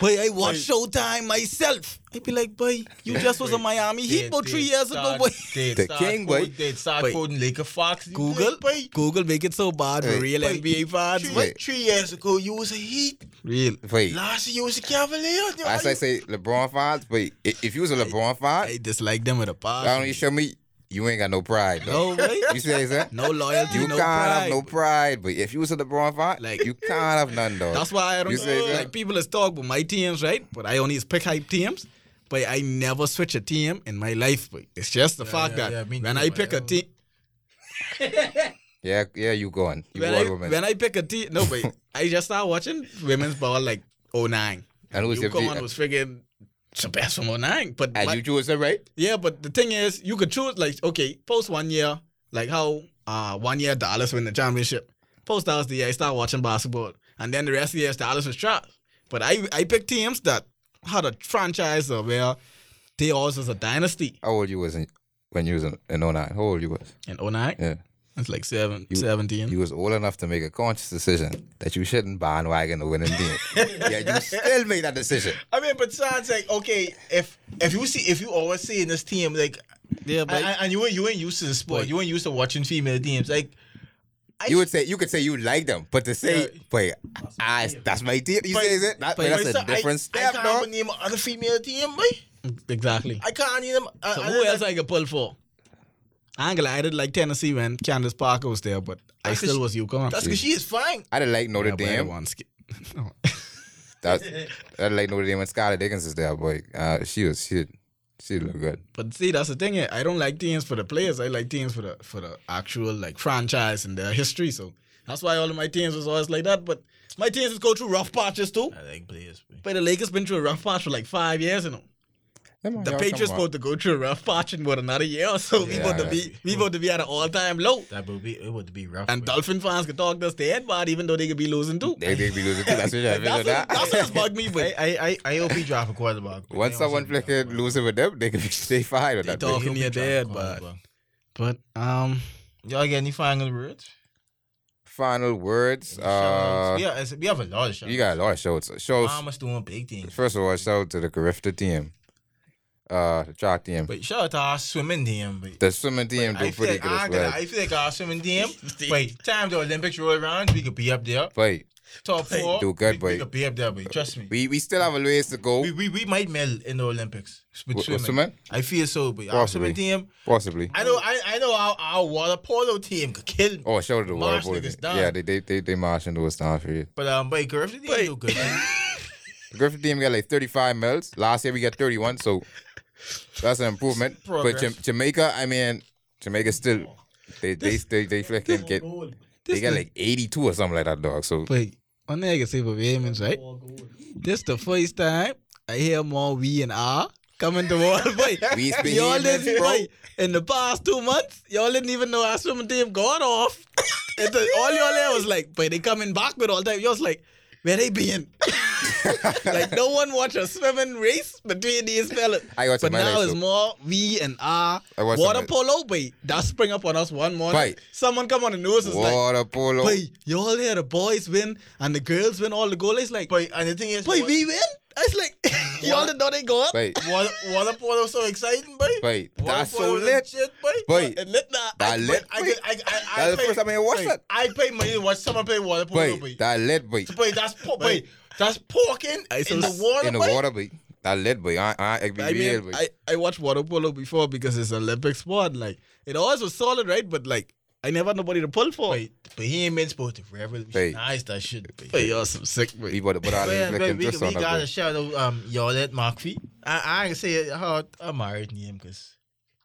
Boy, I watch Showtime myself. I be like, boy, you just was a Miami Heat about three years ago, boy.
The king, boy.
They start
Boy.
quoting Laker Fox. You
Google,
like, boy,
Google make it so bad for
Hey.
real
Wait.
NBA fans.
Three,
boy.
Wait.
three years ago, you was a Heat.
Real.
Wait,
Last year, you was a Cavalier.
as I say, LeBron fans, but i- if you was a LeBron fan,
I dislike them with a
why don't you
passion.
show me you ain't got no pride, though.
No, boy.
You see what I'm saying?
No loyalty,
You
no
can't have
pride.
no pride, but if you was a LeBron fan,
Like-
like you can't have none though.
That's why I don't
You say that?
like people is talk about my teams, right? But I only is pick hype teams. But I never switch a team in my life. But it's just the fact
yeah,
that
yeah, me
when
too,
I
but
pick
I
a
don't-
team,
Yeah, yeah, you gone. You
when
gone,
I,
woman.
when I pick a team, no, but I just start watching women's ball like 09.
and who's your
UConn
team?
was friggin' it's the best from 09. But
And
my-
you choose it right?
yeah, but the thing is, you could choose like okay, post one year, like how uh one year Dallas win the championship. Post that was the year I started watching basketball, and then the rest of the years Dallas was trash. But I I picked teams that had a franchise or where they also was a dynasty
How old you was in, when you was in, in 09? How old you was?
in 09.
Yeah.
It's like seven,
You-
17.
You was old enough to make a conscious decision that you shouldn't bandwagon the winning team. yeah, you still made that decision.
I mean, but sounds like okay. If if you see if you always see in this team like,
yeah, but
and, and you ain't you ain't used to the sport,
Like-
you ain't used to watching female teams. Like
You would say you could say you like them, but to say,
Yeah.
"Wait, I that's my team," you
But-
say it that,
but-
that's
so
a different
I, I
step,
can't
dog.
even name another female team, boy.
exactly.
I can't name. Uh,
So
other
who
than-
else I could pull for? I ain't gonna lie, I did like Tennessee when Candace Parker was there, but I
That's 'cause
still
she-
was UConn.
That's because she is fine.
I didn't like Notre
Yeah, but
Dame.
everyone's- No.
That's, I didn't like Notre Dame when Skylar Diggins is there, boy. Uh, she was she she looked good.
But see, that's the thing. eh, I don't like teams for the players. I like teams for the for the actual like franchise and their history. So that's why all of my teams was always like that. But my teams has go through rough patches too.
I like players. boy.
But the Lakers been through a rough patch for like five years, you know.
Come on,
The
y'all,
Patriots
come on.
about to go through a rough patch in about another year or so. we
Yeah,
about to
yeah.
be we about to be at an all time low.
That would be it. Would be rough.
And
boy.
Dolphin fans could talk us their head bad even though they could be losing too.
They, they be losing too. That's what
That's
I
what,
feel that.
that's what's bugged me,
I,
but
I, I, I hope he drop a quarterback. boy.
Once
I
someone
hope he drop a
flicking
quarterback.
losing with them, they can be stay fine with
They
that.
talk-
bitch.
I hope he
You're
drop a
dead,
quarterback.
but um
Y'all get any final words?
Final words. Uh,
Shoutouts? yeah, it's- we have a lot of shots.
you got a lot of shows. Shows.
Mama's doing big things.
First of all, shout out to the Carifta team, uh, the track team,
But shout out to our swimming team. But
the swimming team
I
do
feel,
pretty
like
good
I,
as
could,
well.
I feel like our swimming team. wait, time the Olympics roll around, we could be up there.
But
Top four.
do good,
we,
boy.
We could be up there, but trust me.
we we still have a ways to go.
We, we, we might medal in the Olympics with
With-
swimming.
with swimming?
I feel so, but our
Possibly.
swimming team.
Possibly.
I know I, I know our, our water polo team could kill. me.
Oh, shout out to the
Marsh
World Bowl.
niggas done.
Yeah, they they they, they marching those down for you.
But um, but Griffin team
Wait.
do good. man.
The Griffith team got like 35 mils. Last year we got 31, so that's an improvement. But
Progress.
Jam- Jamaica, I mean, Jamaica still they they they they flicking get they got like 82 or something like that, dog. So
Wait, one thing I can say for Vehemence, right? This the first time I hear more we and R coming to one boy.
we speak
Y'all didn't,
bro.
boy, in the past two months, y'all didn't even know our swimming team gone off. And the- all y'all there was like, but they coming back with all time. Y'all was like, where they being? like no one watch a swimming race between these fellas.
I got
but
some
now
highlights,
it's
though.
more we and R.
I watched
Water
some-
polo, boy, that spring up on us one morning.
Right.
Someone come on the news is like,
Water polo.
Boy, you all hear the boys win and the girls win all the goals. It's like,
but and the thing is,
boy,
what-
we win? It's like, you all didn't know they go up?
Wait,
Water, water polo so exciting, boy.
wait,
Water
that's so
polo is
lit.
Shit, boy.
Boy,
It lit that. I,
that lit,
I,
boy.
I, I, I,
That's the
pay,
first time I watched that.
I pay money to watch someone play water polo, boy.
Wait, that lit, boy.
So, boy, that's po- boy, that's porking
I so
in the
s-
water,
In the
boy.
water, boy. That lit, boy. I, I, it be
I
real,
mean,
boy.
I, I watched water polo before because it's an Olympic sport. Like, it always was solid, right? But, like, I never had nobody to pull for.
Wait, but he ain't been supposed to revolutionize that shit. Boy.
Hey, y'all some sick,
We
wait.
about to put our
But yeah,
little
but
flicking
we,
dress
we
on
gotta
her.
shout out um Yolette McPhee. I I ain't say it how I married name because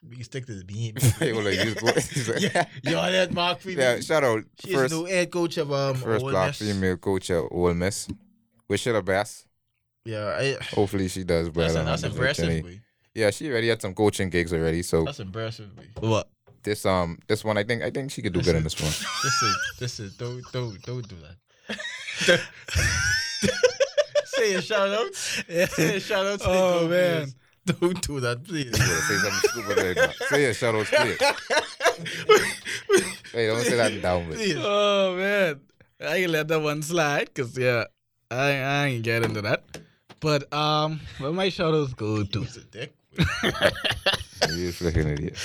we stick to the beam.
boy. Yo, like, you boy.
yeah, Yolette McPhee.
Yeah, shout out
she's
first
the new head coach of um
first
Ole
black
Miss.
female coach at Ole Miss. Wish her the best.
Yeah, I,
Hopefully she does better.
that's,
on
that's
the
impressive.
opportunity.
boy.
Yeah, she already had some coaching gigs already. So
That's impressive. boy.
What?
this um this one I think I think she could do good in this one.
This is this is don't don't don't do that. Say a shout out. Say a shout out. To the
Oh,
Gophers.
man.
don't do that, please.
You gotta say something stupid right now. Say a shout out straight. Hey, don't say that down with.
Please.
Oh, man. I can let that one slide because, yeah, I, I ain't get into that. But, um, where my shout outs go to?
He's a dick.
You freaking idiot.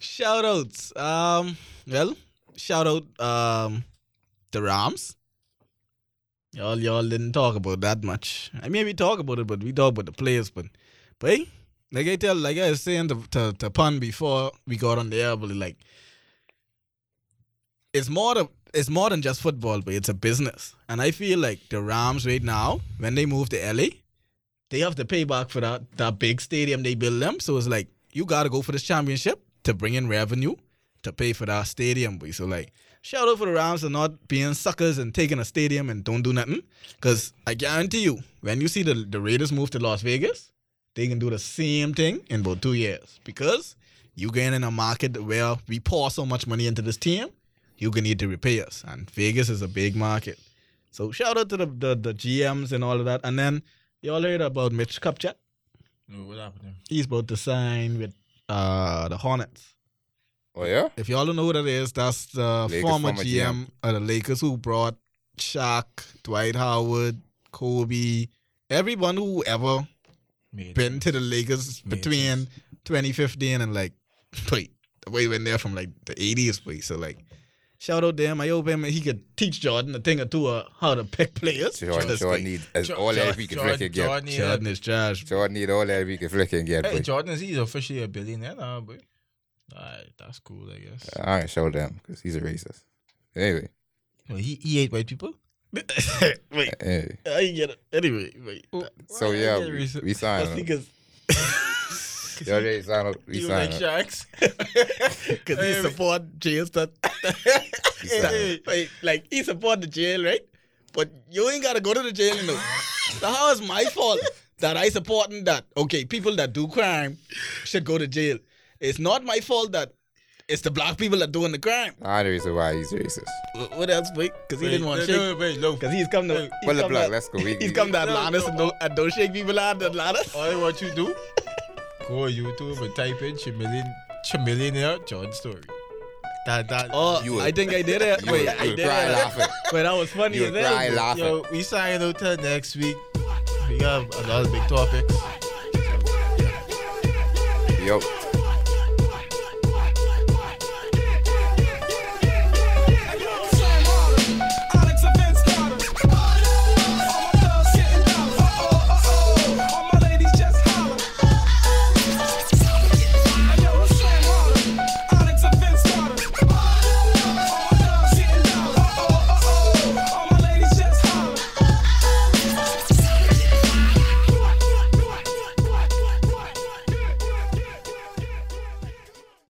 Shout outs. Um, well, shout out um the Rams. Y'all y'all didn't talk about that much. I mean we talk about it, but we talk about the players, but but hey, like I tell like I was saying to to, to pun before we got on the air, but like it's more than it's more than just football, but it's a business. And I feel like the Rams right now, when they move to LA, they have to pay back for that that big stadium they built them. So it's like you gotta go for this championship to bring in revenue to pay for that stadium. Boy. So like shout out for the Rams for not being suckers and taking a stadium and don't do nothing. Cause I guarantee you, when you see the the Raiders move to Las Vegas, they can do the same thing in about two years. Because you going in a market where we pour so much money into this team, you can need to repay us. And Vegas is a big market. So shout out to the the, the GMs and all of that. And then you all heard about Mitch Kupchak.
No, what happened? to him?
He's about to sign with uh the Hornets.
Oh yeah?
If y'all don't know who that is, that's the
Lakers
former,
former
GM of the Lakers who brought Shaq, Dwight Howard, Kobe, everyone who ever
Made
been to the Lakers
Yeah,
between 2015 and like wait, way went there from like the 80s, please. So like, shout out to him. I hope him he could teach Jordan a thing or two of how to pick players.
Jordan,
Just,
Jordan
like,
needs as
Jo-
all
Jo-
that we can
Jordan-
freaking get.
Jordan, yeah.
Jordan is trash.
Jordan need all that we can freaking get,
Hey,
boy.
Jordan, he's officially a billionaire now, boy. Alright, that's cool, I guess.
I ain't show them because he's a racist. Anyway,
well, he, he ate white people?
wait,
anyway.
I get it. Anyway, wait.
so yeah, we, we signed him.
because
Yeah, we signed him. We
You
signed
like
him.
sharks?
because he support jails that
We
Hey,
signed him.
hey, hey, like he support the jail, right? But you ain't gotta go to the jail, you know. so how is my fault that I supporting that? Okay, people that do crime should go to jail. It's not my fault that it's the black people that doing the crime.
I know the reason why he's racist.
Wh- What else, wait? Because he didn't want to
no, No,
shake.
wait, look.
Because he's come to. he's
Pull the
come
plug,
to-
let's go. We-
He's come to
No, no.
Atlantis and, don't, and don't shake people out of Atlantis.
All I want you to do, go on YouTube and type in Chameleon, Chameleonaire John Story. That, that.
Oh,
You would-
I think I did it.
You
Wait,
would-
I
you would
did it.
cry laughing.
But that was funny.
You
as
would
hell.
cry laughing.
Yo, we sign out till next week. We got another big topic.
Yo.